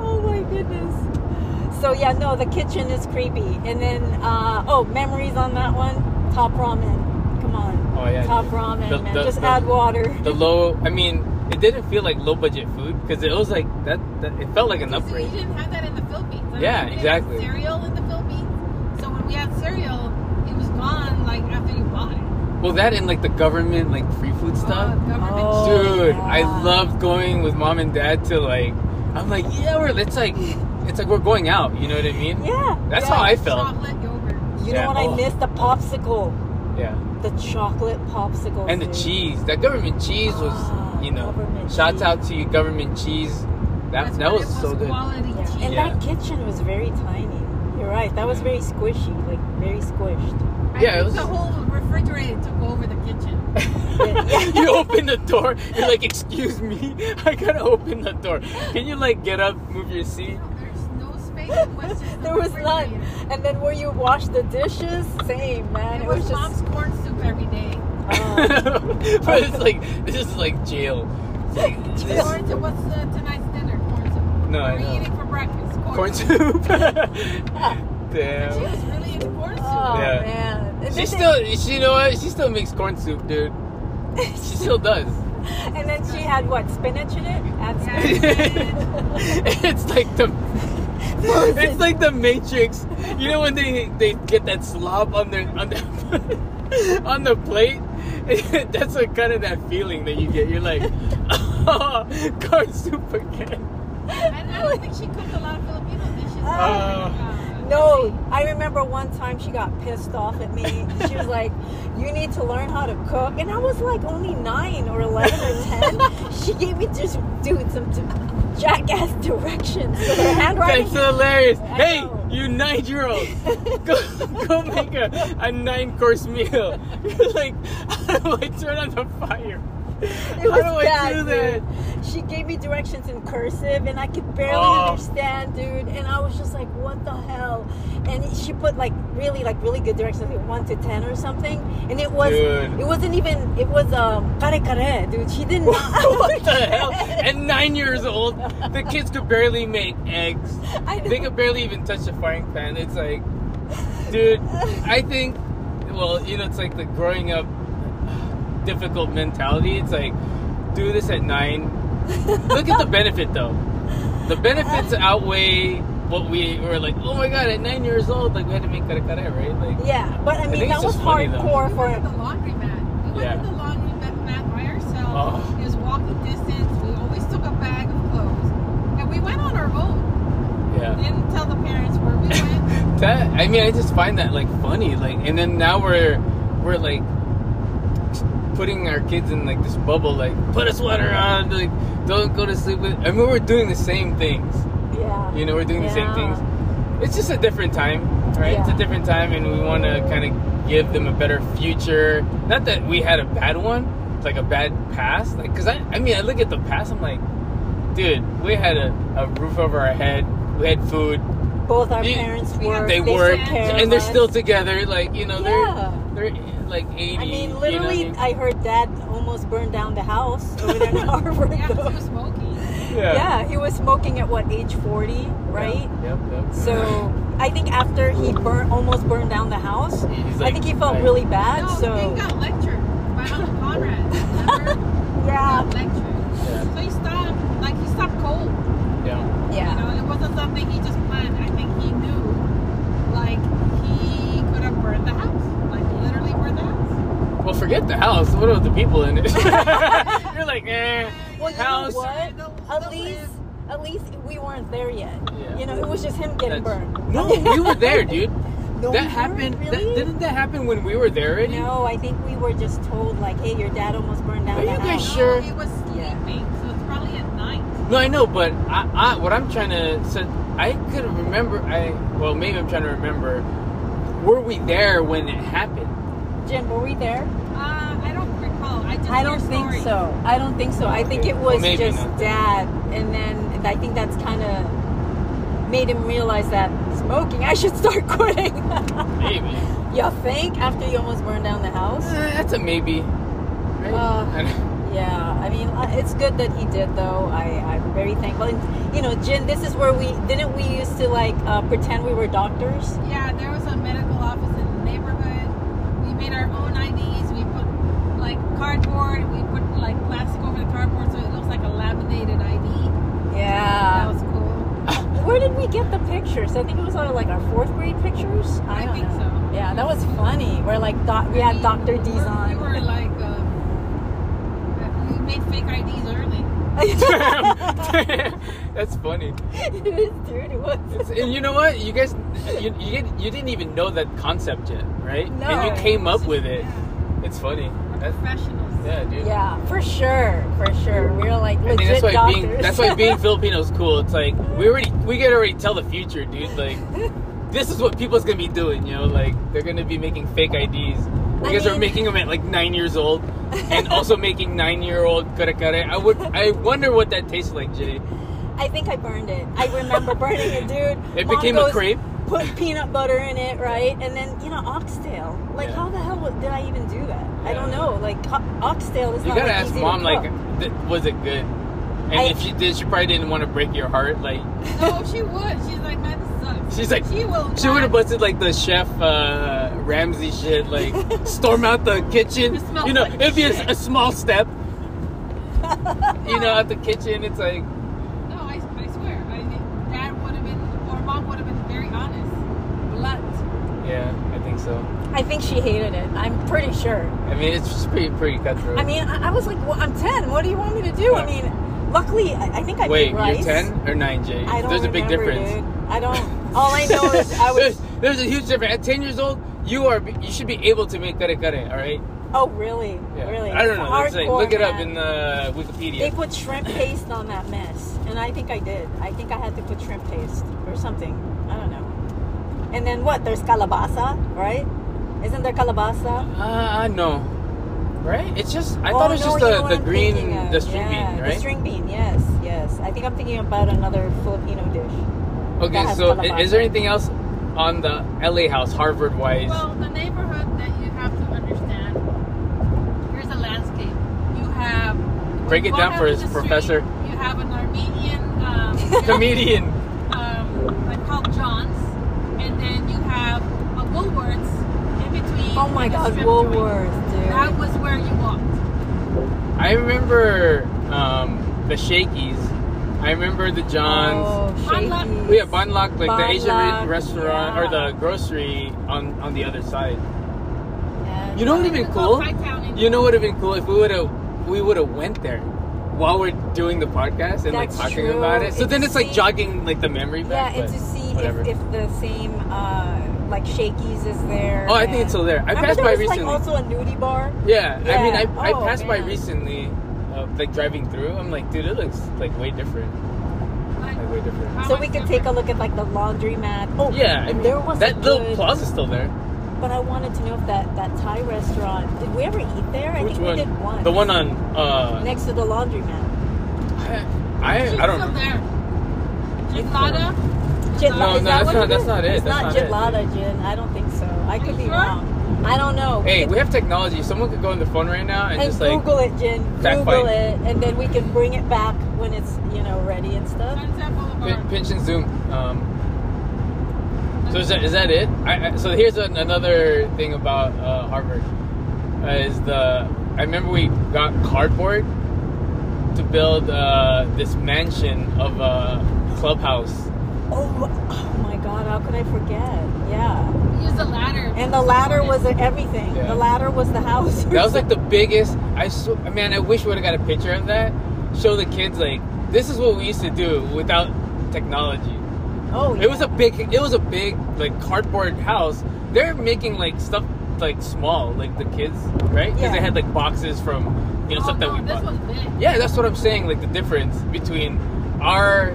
[SPEAKER 5] Oh my goodness. So yeah, no, the kitchen is creepy. And then uh, oh, memories on that one. Top ramen. Come on.
[SPEAKER 4] oh yeah.
[SPEAKER 5] Top
[SPEAKER 4] dude.
[SPEAKER 5] ramen,
[SPEAKER 4] The-
[SPEAKER 5] man.
[SPEAKER 4] the-
[SPEAKER 5] Just
[SPEAKER 4] the-
[SPEAKER 5] add water.
[SPEAKER 4] The low. I mean, it didn't feel like low budget food because it was like that, that. It felt like an
[SPEAKER 6] So you
[SPEAKER 4] upgrade.
[SPEAKER 6] didn't have that in the Philippines. I mean,
[SPEAKER 4] Yeah,
[SPEAKER 6] we didn't
[SPEAKER 4] exactly.
[SPEAKER 6] Have cereal in the Philippines. So when we had cereal, it was gone like after you bought it.
[SPEAKER 4] Well, that and like the government like free food
[SPEAKER 6] Uh,
[SPEAKER 4] stuff.
[SPEAKER 6] government
[SPEAKER 5] Oh.
[SPEAKER 4] Dude, I
[SPEAKER 5] yeah.
[SPEAKER 4] loved going with mom and dad to like. I'm like, yeah, we're. It's like, it's like we're going out. You know what I mean?
[SPEAKER 5] Yeah.
[SPEAKER 4] That's
[SPEAKER 6] yeah,
[SPEAKER 4] how I felt.
[SPEAKER 6] Chocolate yogurt.
[SPEAKER 5] You
[SPEAKER 4] Yeah.
[SPEAKER 5] know what
[SPEAKER 4] Oh.
[SPEAKER 5] I missed? The popsicle.
[SPEAKER 4] Yeah.
[SPEAKER 5] The chocolate popsicle.
[SPEAKER 4] and the cheese. That government cheese was,
[SPEAKER 5] Ah,
[SPEAKER 4] you know,
[SPEAKER 5] government
[SPEAKER 4] shouts
[SPEAKER 5] cheese.
[SPEAKER 4] out to you, government cheese. That, that
[SPEAKER 6] what
[SPEAKER 4] was,
[SPEAKER 6] it
[SPEAKER 4] so good.
[SPEAKER 6] Quality
[SPEAKER 5] Yeah.
[SPEAKER 6] tea.
[SPEAKER 5] And
[SPEAKER 4] Yeah.
[SPEAKER 5] that kitchen was very tiny. You're right. That was very squishy, like very squished.
[SPEAKER 6] I
[SPEAKER 4] Yeah, it
[SPEAKER 6] think
[SPEAKER 4] was-
[SPEAKER 6] the whole refrigerator took over the kitchen.
[SPEAKER 4] you open the door. You're like, excuse me, I gotta open the door. Can you like get up, move your seat?
[SPEAKER 6] No, there's no space. It was just the
[SPEAKER 5] There was none.
[SPEAKER 6] refrigerator.
[SPEAKER 5] And then where you wash the dishes, same man.
[SPEAKER 6] It was, mom's corn soup every day.
[SPEAKER 5] just. uh,
[SPEAKER 4] but it's like this is like jail. It's like this-
[SPEAKER 6] Corn soup. What's uh, tonight's dinner? Corn soup.
[SPEAKER 4] No, I
[SPEAKER 6] We're
[SPEAKER 4] know.
[SPEAKER 6] eating for breakfast. Corn,
[SPEAKER 4] corn
[SPEAKER 6] soup.
[SPEAKER 4] soup.
[SPEAKER 6] She
[SPEAKER 4] Damn.
[SPEAKER 6] was really into corn soup.
[SPEAKER 5] oh
[SPEAKER 4] Yeah.
[SPEAKER 5] man. And
[SPEAKER 4] She
[SPEAKER 5] then-
[SPEAKER 4] still, she you know what? She still makes corn soup, dude. She still does.
[SPEAKER 5] and then she had what spinach in it? Add spinach.
[SPEAKER 4] it's like the it's like the matrix you know when they they get that slob on their on the, on the plate that's what kind of that feeling that you get you're like oh corn soup again
[SPEAKER 6] And I don't think she cooked a lot of Filipino dishes.
[SPEAKER 4] Oh.
[SPEAKER 6] uh,
[SPEAKER 5] Uh, No, I remember one time she got pissed off at me. She was like, "You need to learn how to cook," and I was like only nine or eleven or ten. She gave me just dude some d- jackass directions. So her handwriting.
[SPEAKER 4] that's hilarious hey
[SPEAKER 5] know.
[SPEAKER 4] you nine year old go go make a, a nine course meal you're like how do i turn on the fire
[SPEAKER 5] It was
[SPEAKER 4] how do
[SPEAKER 5] bad,
[SPEAKER 4] i do
[SPEAKER 5] dude.
[SPEAKER 4] that
[SPEAKER 5] She gave me directions in cursive, and I could barely
[SPEAKER 4] Oh.
[SPEAKER 5] understand, dude. And I was just like, "What the hell?" And she put like really, like really good directions, like one to ten or something. And it was,
[SPEAKER 4] Dude.
[SPEAKER 5] it wasn't even, it was um, kare kare, dude. She didn't.
[SPEAKER 4] what the hell? At nine years old, the kids could barely make eggs.
[SPEAKER 5] I know.
[SPEAKER 4] They could barely even touch the frying pan. It's like, dude, I think, well, you know, it's like the growing up difficult mentality. It's like, do this at nine. Look at the benefit, though. The benefits outweigh what we were like, oh my god, at nine years old, like, we had to make karakare, right? Like,
[SPEAKER 5] Yeah, but I mean
[SPEAKER 4] think
[SPEAKER 5] that
[SPEAKER 4] it's
[SPEAKER 5] was
[SPEAKER 4] just funny, though.
[SPEAKER 5] hardcore
[SPEAKER 6] We
[SPEAKER 5] for
[SPEAKER 6] went to the laundromat. We went
[SPEAKER 4] Yeah.
[SPEAKER 6] to the laundromat by ourselves.
[SPEAKER 4] Oh.
[SPEAKER 6] It was walking distance. We always took a bag of clothes, and we went on our own.
[SPEAKER 4] yeah.
[SPEAKER 6] Didn't tell the parents where we went.
[SPEAKER 4] That I mean, I just find that like funny, like, and then now we're we're like putting our kids in like this bubble, like put a sweater on, like don't go to sleep with. I mean, we're doing the same things,
[SPEAKER 5] yeah.
[SPEAKER 4] you know, we're doing the same
[SPEAKER 5] Yeah.
[SPEAKER 4] things. It's just a different time, right? It's
[SPEAKER 5] Yeah.
[SPEAKER 4] a different time, and we want to kind of give them a better future. Not that we had a bad one, it's like a bad past, like because I I mean, I look at the past, I'm like, dude, we had a, a roof over our head, we had food.
[SPEAKER 5] Both our
[SPEAKER 4] Yeah,
[SPEAKER 5] parents
[SPEAKER 6] they
[SPEAKER 5] were
[SPEAKER 4] They
[SPEAKER 5] took
[SPEAKER 4] work
[SPEAKER 5] care of
[SPEAKER 4] and they're
[SPEAKER 5] us.
[SPEAKER 4] still together. Like you know,
[SPEAKER 5] Yeah.
[SPEAKER 4] they're they're like eighty.
[SPEAKER 5] I
[SPEAKER 4] you know
[SPEAKER 5] mean,
[SPEAKER 4] what I
[SPEAKER 5] literally,
[SPEAKER 4] mean?
[SPEAKER 5] I heard Dad almost burned down the house over there in Harvard.
[SPEAKER 6] Yeah,
[SPEAKER 5] though.
[SPEAKER 6] because it was smoky.
[SPEAKER 5] yeah, he was smoking at what age forty, right?
[SPEAKER 4] Yep. Yep.
[SPEAKER 5] So I think after he burn, almost burned down the house,
[SPEAKER 4] He's
[SPEAKER 5] I
[SPEAKER 4] like,
[SPEAKER 5] think he felt
[SPEAKER 4] I-
[SPEAKER 5] really bad.
[SPEAKER 6] no,
[SPEAKER 5] so
[SPEAKER 6] he got lectured by Uncle Conrad. Remember?
[SPEAKER 5] yeah,
[SPEAKER 6] Got lectured.
[SPEAKER 4] Yeah.
[SPEAKER 6] So he stopped. Like he stopped cold.
[SPEAKER 4] Yeah.
[SPEAKER 5] yeah.
[SPEAKER 6] You know, it wasn't something he just planned. I think he knew, like, he could have burned the house. Like, literally burned the house.
[SPEAKER 4] Well, forget the house. What about the people in it? You're like, eh.
[SPEAKER 5] Well, you
[SPEAKER 4] house.
[SPEAKER 5] know what? At
[SPEAKER 6] The
[SPEAKER 5] least, at least we weren't there yet.
[SPEAKER 4] Yeah.
[SPEAKER 5] You know, it was just him
[SPEAKER 4] That's-
[SPEAKER 5] getting burned.
[SPEAKER 4] No, we were there, dude.
[SPEAKER 5] No,
[SPEAKER 4] that
[SPEAKER 5] we
[SPEAKER 4] happened.
[SPEAKER 5] weren't,
[SPEAKER 4] That,
[SPEAKER 5] really?
[SPEAKER 4] didn't that happen when we were there already?
[SPEAKER 5] No, I think we were just told like, "Hey, your dad almost burned down
[SPEAKER 4] Are
[SPEAKER 5] the
[SPEAKER 4] you guys
[SPEAKER 5] house."
[SPEAKER 4] sure?
[SPEAKER 6] No, he was
[SPEAKER 5] Yeah.
[SPEAKER 6] sleeping, so it's probably at night.
[SPEAKER 4] No, I know, but I, I what I'm trying to say, I could remember. I well, maybe I'm trying to remember. Were we there when it happened?
[SPEAKER 5] Jim, were we there?
[SPEAKER 6] Uh, I don't recall. I just
[SPEAKER 5] I don't
[SPEAKER 6] hear
[SPEAKER 5] think
[SPEAKER 6] stories.
[SPEAKER 5] so. I don't think so. I think
[SPEAKER 4] Okay.
[SPEAKER 5] it
[SPEAKER 4] Well,
[SPEAKER 5] was
[SPEAKER 4] maybe
[SPEAKER 5] just
[SPEAKER 4] not.
[SPEAKER 5] dad, and then I think that's kind of made him realize that smoking, I should start quitting.
[SPEAKER 4] Maybe.
[SPEAKER 5] you think after you almost burned down the house?
[SPEAKER 4] Eh, that's a maybe. Right?
[SPEAKER 5] Uh,
[SPEAKER 4] I don't-
[SPEAKER 5] Yeah, I mean, uh, it's good that he did, though. I, I'm very thankful. And, you know, Jin, this is where we didn't we used to like uh, pretend we were doctors?
[SPEAKER 6] Yeah, there was a medical office in the neighborhood. We made our own IDs. We put, like, cardboard, and we put, like, plastic over the cardboard so it looks like a laminated ID. That
[SPEAKER 5] Yeah.
[SPEAKER 6] was cool.
[SPEAKER 5] Where did we get the pictures? I think it was our, like our fourth grade pictures.
[SPEAKER 6] I
[SPEAKER 5] don't
[SPEAKER 6] think
[SPEAKER 5] know.
[SPEAKER 6] so.
[SPEAKER 5] Yeah, that was funny. We're like, doc- we had
[SPEAKER 6] mean,
[SPEAKER 5] Dr.
[SPEAKER 6] we
[SPEAKER 5] D's
[SPEAKER 6] were-
[SPEAKER 5] on.
[SPEAKER 6] We were like, um, uh, we made fake IDs early.
[SPEAKER 4] Damn. That's funny.
[SPEAKER 5] It is, dude. It was.
[SPEAKER 4] It's- and you know what? You guys, you, you, didn't- you didn't even know that concept yet, right?
[SPEAKER 5] No.
[SPEAKER 4] And you came up with it.
[SPEAKER 6] Yeah.
[SPEAKER 4] It's funny.
[SPEAKER 6] Or
[SPEAKER 4] That's-
[SPEAKER 6] professionals.
[SPEAKER 4] Yeah, dude.
[SPEAKER 5] Yeah, for sure, for sure. We're like
[SPEAKER 4] I
[SPEAKER 5] legit
[SPEAKER 4] think that's why
[SPEAKER 5] doctors.
[SPEAKER 4] being that's why being Filipino is cool. It's like we already we can already tell the future, dude. Like this is what people's gonna be doing, you know? Like they're gonna be making fake IDs because they're
[SPEAKER 5] mean-
[SPEAKER 4] making them at like nine years old, and also making nine year old kare kare. I would I wonder what that tastes like, Jay.
[SPEAKER 5] I think I burned it. I remember burning it, dude.
[SPEAKER 4] It
[SPEAKER 5] Mom
[SPEAKER 4] became a
[SPEAKER 5] goes,
[SPEAKER 4] crepe.
[SPEAKER 5] Put peanut butter in it, right? And then you know oxtail. Like
[SPEAKER 4] Yeah.
[SPEAKER 5] how the hell did I even do that? I don't
[SPEAKER 4] Yeah.
[SPEAKER 5] know. Like o- oxtail is
[SPEAKER 4] You
[SPEAKER 5] not
[SPEAKER 4] gotta
[SPEAKER 5] like,
[SPEAKER 4] ask
[SPEAKER 5] easy
[SPEAKER 4] mom,
[SPEAKER 5] to
[SPEAKER 4] like,
[SPEAKER 5] cook.
[SPEAKER 4] th- was it good? And
[SPEAKER 5] I-
[SPEAKER 4] if she did, she probably didn't want to break your heart. Like
[SPEAKER 6] No, she would. She's like, man, this sucks.
[SPEAKER 4] she's like,
[SPEAKER 6] she will.
[SPEAKER 4] she would have
[SPEAKER 6] not-
[SPEAKER 4] busted like the chef uh, Ramsey shit, like storm out the kitchen.
[SPEAKER 6] It smells
[SPEAKER 4] You know,
[SPEAKER 6] like
[SPEAKER 4] it'd be a,
[SPEAKER 6] shit.
[SPEAKER 4] a small step. you know, at the kitchen, it's like
[SPEAKER 6] No, I, I swear. I, dad would have been, or mom would have been very honest, blunt.
[SPEAKER 4] yeah, I think so.
[SPEAKER 5] I think she hated it. I'm pretty sure.
[SPEAKER 4] I mean, it's just pretty pretty cutthroat.
[SPEAKER 5] I mean, I, I was like, well, I'm ten. What do you want me to do? I
[SPEAKER 4] Yeah.
[SPEAKER 5] mean, luckily, I, I think I did
[SPEAKER 4] wait,
[SPEAKER 5] rice.
[SPEAKER 4] you're ten or nine, Jay?
[SPEAKER 5] I don't
[SPEAKER 4] There's a big
[SPEAKER 5] remember,
[SPEAKER 4] difference.
[SPEAKER 5] Dude. I don't. All I know is I was.
[SPEAKER 4] there's, there's a huge difference. At ten years old, you are you should be able to make kare kare. All right.
[SPEAKER 5] Oh, really?
[SPEAKER 4] Yeah.
[SPEAKER 5] Really?
[SPEAKER 4] I don't know. It's like,
[SPEAKER 5] Hardcore,
[SPEAKER 4] look it up
[SPEAKER 5] man.
[SPEAKER 4] in the Wikipedia.
[SPEAKER 5] They put shrimp paste on that mess, and I think I did. I think I had to put shrimp paste or something. I don't know. And then what? There's calabasa, right? Isn't there calabasa?
[SPEAKER 4] Uh, no. Right? It's just, I
[SPEAKER 5] Oh,
[SPEAKER 4] thought it was
[SPEAKER 5] no,
[SPEAKER 4] just
[SPEAKER 5] you know
[SPEAKER 4] the,
[SPEAKER 5] what
[SPEAKER 4] the
[SPEAKER 5] I'm
[SPEAKER 4] green,
[SPEAKER 5] thinking of.
[SPEAKER 4] the string
[SPEAKER 5] Yeah,
[SPEAKER 4] bean, right?
[SPEAKER 5] The string bean, yes, yes. I think I'm thinking about another Filipino dish. that
[SPEAKER 4] okay,
[SPEAKER 5] has
[SPEAKER 4] so
[SPEAKER 5] calabasa.
[SPEAKER 4] i- is there anything else on the LA house, Harvard wise?
[SPEAKER 6] Well, the neighborhood that you have to understand. Here's a landscape. You have.
[SPEAKER 4] Break it
[SPEAKER 6] one
[SPEAKER 4] down
[SPEAKER 6] end
[SPEAKER 4] for
[SPEAKER 6] of
[SPEAKER 4] us,
[SPEAKER 6] the street,
[SPEAKER 4] Professor.
[SPEAKER 6] You have an Armenian. Um,
[SPEAKER 4] Comedian.
[SPEAKER 6] um, like called John's, and then you have a Woolworths in between.
[SPEAKER 5] Oh my
[SPEAKER 6] and a
[SPEAKER 5] God,
[SPEAKER 6] strip joint.
[SPEAKER 5] Woolworths, dude.
[SPEAKER 6] That was where you walked.
[SPEAKER 4] I remember um, the Shakey's. I remember the John's.
[SPEAKER 5] Oh,
[SPEAKER 6] Banlak.
[SPEAKER 5] Shakey's.
[SPEAKER 4] We have Banlak, like the Asian re-
[SPEAKER 5] Banlak,
[SPEAKER 4] restaurant or
[SPEAKER 5] yeah.
[SPEAKER 4] the grocery on, on the other side.
[SPEAKER 5] Yes.
[SPEAKER 4] You know what would have been
[SPEAKER 6] It's called
[SPEAKER 4] cool?
[SPEAKER 6] Thai Town in-
[SPEAKER 4] You know what would have been cool if we would have we would have went there while we're doing the podcast and like
[SPEAKER 5] That's
[SPEAKER 4] talking
[SPEAKER 5] true.
[SPEAKER 4] about it. So then
[SPEAKER 5] It's
[SPEAKER 4] it's like
[SPEAKER 5] safe.
[SPEAKER 4] jogging like the memory
[SPEAKER 5] Yeah,
[SPEAKER 4] back.
[SPEAKER 5] and
[SPEAKER 4] but
[SPEAKER 5] to see
[SPEAKER 4] whatever.
[SPEAKER 5] if, if the same uh, like Shakey's is there.
[SPEAKER 4] Oh, I think
[SPEAKER 5] and-
[SPEAKER 4] it's still there. I
[SPEAKER 5] Remember
[SPEAKER 4] passed
[SPEAKER 5] there
[SPEAKER 4] by
[SPEAKER 5] was,
[SPEAKER 4] recently.
[SPEAKER 5] Like also a nudie bar.
[SPEAKER 4] yeah, I mean,
[SPEAKER 5] Yeah.
[SPEAKER 4] I,
[SPEAKER 5] Oh,
[SPEAKER 4] I passed by
[SPEAKER 5] man.
[SPEAKER 4] recently, uh, like driving through. I'm like, dude, it looks like way different. Like way different.
[SPEAKER 6] How
[SPEAKER 5] So
[SPEAKER 6] much
[SPEAKER 5] we could
[SPEAKER 6] different?
[SPEAKER 5] take a look at like the laundromat. Oh,
[SPEAKER 4] Yeah, I mean,
[SPEAKER 5] there was
[SPEAKER 4] that
[SPEAKER 5] a
[SPEAKER 4] little
[SPEAKER 5] good-
[SPEAKER 4] plaza's still there.
[SPEAKER 5] But I wanted to know if that that Thai restaurant. Did we ever eat there? I
[SPEAKER 4] Which
[SPEAKER 5] think
[SPEAKER 4] one?
[SPEAKER 5] we did once.
[SPEAKER 4] The one on. Uh,
[SPEAKER 5] next to the laundromat.
[SPEAKER 4] I, I,
[SPEAKER 6] She's
[SPEAKER 4] I don't
[SPEAKER 6] still
[SPEAKER 4] know.
[SPEAKER 6] there. Gitlada?
[SPEAKER 5] Jitla,
[SPEAKER 4] No, no,
[SPEAKER 5] is that
[SPEAKER 4] that's
[SPEAKER 5] what
[SPEAKER 4] not-
[SPEAKER 5] it
[SPEAKER 4] that's
[SPEAKER 5] is?
[SPEAKER 4] not it.
[SPEAKER 5] It's
[SPEAKER 4] That's
[SPEAKER 5] not
[SPEAKER 4] not it.
[SPEAKER 5] Jitlada Jin. I don't think so. I
[SPEAKER 6] Are
[SPEAKER 5] could
[SPEAKER 6] you
[SPEAKER 5] be
[SPEAKER 6] sure?
[SPEAKER 5] wrong. I don't know.
[SPEAKER 4] Hey,
[SPEAKER 5] could-
[SPEAKER 4] we have technology. Someone could go on the phone right now and,
[SPEAKER 5] and
[SPEAKER 4] just like.
[SPEAKER 5] Google it, Jin.
[SPEAKER 4] fact
[SPEAKER 5] Google
[SPEAKER 4] find.
[SPEAKER 5] it, and then we can bring it back when it's you know ready and stuff.
[SPEAKER 6] Sunset
[SPEAKER 4] Pin-
[SPEAKER 6] Boulevard.
[SPEAKER 4] pinch and zoom. Um, so is that, is that it? I, I, so here's an, another thing about uh, Harvard uh, is the I remember we got cardboard to build uh, this mansion of a clubhouse.
[SPEAKER 5] Oh, my- oh my God! How could I forget? Yeah.
[SPEAKER 6] Use a ladder.
[SPEAKER 5] And the ladder was everything.
[SPEAKER 4] Yeah.
[SPEAKER 5] The ladder was the house.
[SPEAKER 4] That was like the biggest. I sw- man, I wish we would have got a picture of that. Show the kids like this is what we used to do without technology.
[SPEAKER 5] oh, yeah.
[SPEAKER 4] It was a big. It was a big like cardboard house. They're making like stuff like small, like the kids, right? Because they
[SPEAKER 5] Yeah.
[SPEAKER 4] had like boxes from you know
[SPEAKER 6] Oh,
[SPEAKER 4] stuff that
[SPEAKER 6] no,
[SPEAKER 4] we
[SPEAKER 6] this
[SPEAKER 4] bought.
[SPEAKER 6] was big.
[SPEAKER 4] Yeah, that's what I'm saying. Like the difference between our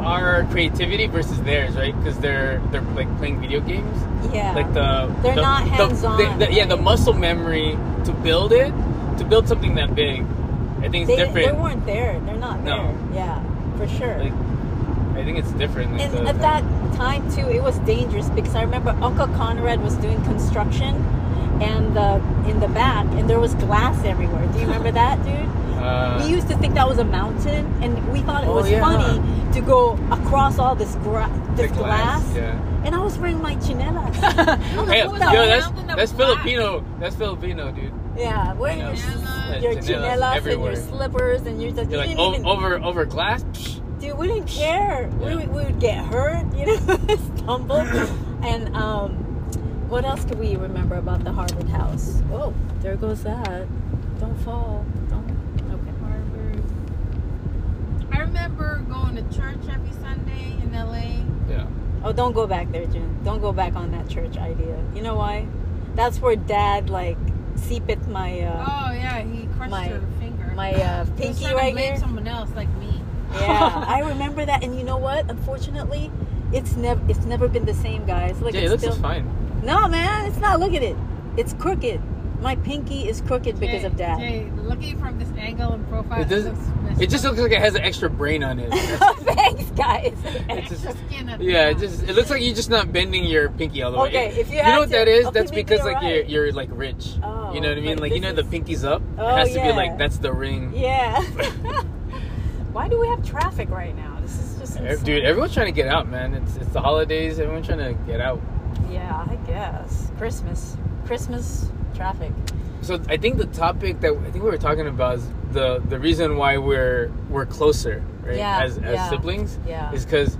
[SPEAKER 4] our creativity versus theirs, right? Because they're they're like playing video games.
[SPEAKER 5] yeah.
[SPEAKER 4] Like the
[SPEAKER 5] They're
[SPEAKER 4] the-
[SPEAKER 5] not
[SPEAKER 4] the-
[SPEAKER 5] hands-on,
[SPEAKER 4] the- the- yeah, the
[SPEAKER 5] right?
[SPEAKER 4] muscle memory to build it, to build something that big, I think it's
[SPEAKER 5] they, they
[SPEAKER 4] different.
[SPEAKER 5] weren't there. They're not
[SPEAKER 4] No.
[SPEAKER 5] there. Yeah, for sure.
[SPEAKER 4] like, I think it's different. Like
[SPEAKER 5] and
[SPEAKER 4] the-
[SPEAKER 5] at that time too, it was dangerous because I remember Uncle Conrad was doing construction, and the in the back, and there was glass everywhere. Do you remember that, dude?
[SPEAKER 4] uh,
[SPEAKER 5] we used to think that was a mountain, and we thought it
[SPEAKER 4] Oh,
[SPEAKER 5] was
[SPEAKER 4] yeah.
[SPEAKER 5] funny to go across all this, gra-
[SPEAKER 4] the
[SPEAKER 5] this glass. Oh,
[SPEAKER 4] Yeah.
[SPEAKER 5] And I was wearing my chinelas.
[SPEAKER 4] Hey,
[SPEAKER 6] What
[SPEAKER 4] yo,
[SPEAKER 6] was that
[SPEAKER 4] that's
[SPEAKER 6] mountain that
[SPEAKER 4] that's
[SPEAKER 6] was black?
[SPEAKER 4] Filipino. That's Filipino, dude.
[SPEAKER 5] Yeah, wearing
[SPEAKER 4] Yeah.
[SPEAKER 5] your,
[SPEAKER 6] Chinelas.
[SPEAKER 5] your
[SPEAKER 4] Chinelas
[SPEAKER 5] chinelas and
[SPEAKER 4] everywhere.
[SPEAKER 5] your slippers and your.
[SPEAKER 4] You're
[SPEAKER 5] you
[SPEAKER 4] like
[SPEAKER 5] didn't
[SPEAKER 4] o-
[SPEAKER 5] even,
[SPEAKER 4] over over glass. Psh.
[SPEAKER 5] dude, we didn't care.
[SPEAKER 4] Yeah.
[SPEAKER 5] We, would, we would get hurt, you know, stumble. and um, what else could we remember about the Harvard house? Oh, there goes that. Don't fall. Don't. Okay.
[SPEAKER 6] Harvard. I remember going to church every Sunday in LA.
[SPEAKER 4] Yeah.
[SPEAKER 5] Oh, don't go back there, Jim. Don't go back on that church idea. You know why? That's where dad, like, seeped my uh,
[SPEAKER 6] Oh yeah, he crushed
[SPEAKER 5] My-
[SPEAKER 6] her finger.
[SPEAKER 5] my uh,
[SPEAKER 6] He was
[SPEAKER 5] pinky
[SPEAKER 6] trying to
[SPEAKER 5] right
[SPEAKER 6] blame
[SPEAKER 5] here.
[SPEAKER 6] someone else like me.
[SPEAKER 5] Yeah, I remember that. And you know what? Unfortunately, it's never it's never been the same, guys. Look,
[SPEAKER 4] Jay,
[SPEAKER 5] it's
[SPEAKER 4] it looks
[SPEAKER 5] still
[SPEAKER 4] fine.
[SPEAKER 5] no, man. It's not. Look at it. It's crooked. My pinky is crooked because
[SPEAKER 6] Jay,
[SPEAKER 5] of that.
[SPEAKER 6] Jay, looking from this angle and profile,
[SPEAKER 4] It doesn't-
[SPEAKER 6] looks messed
[SPEAKER 4] It just
[SPEAKER 6] up.
[SPEAKER 4] looks like it has an extra brain on it.
[SPEAKER 5] Thanks, guys.
[SPEAKER 4] It's just-
[SPEAKER 6] Extra skin at the
[SPEAKER 4] Yeah, it
[SPEAKER 6] top.
[SPEAKER 4] just it looks like you're just not bending your pinky all the way.
[SPEAKER 5] Okay, if you
[SPEAKER 4] you
[SPEAKER 5] had
[SPEAKER 4] know what
[SPEAKER 5] to-
[SPEAKER 4] that is,
[SPEAKER 5] okay,
[SPEAKER 4] that's
[SPEAKER 5] maybe
[SPEAKER 4] because
[SPEAKER 5] you're
[SPEAKER 4] like
[SPEAKER 5] right.
[SPEAKER 4] you're you're like rich.
[SPEAKER 5] Oh,
[SPEAKER 4] you know what I mean?
[SPEAKER 5] but
[SPEAKER 4] Like you
[SPEAKER 5] this
[SPEAKER 4] know the
[SPEAKER 5] is-
[SPEAKER 4] pinky's up.
[SPEAKER 5] Oh,
[SPEAKER 4] it has to
[SPEAKER 5] yeah.
[SPEAKER 4] be like that's the ring.
[SPEAKER 5] Yeah. Why do we have traffic right now? This is just
[SPEAKER 4] Ev-
[SPEAKER 5] insane.
[SPEAKER 4] Dude, everyone's trying to get out, man. It's it's the holidays. Everyone's trying to get out.
[SPEAKER 5] Yeah, I guess Christmas, Christmas traffic.
[SPEAKER 4] So I think the topic that I think we were talking about is the the reason why we're we're closer, right?
[SPEAKER 5] Yeah,
[SPEAKER 4] as as
[SPEAKER 5] yeah,
[SPEAKER 4] siblings,
[SPEAKER 5] yeah.
[SPEAKER 4] is because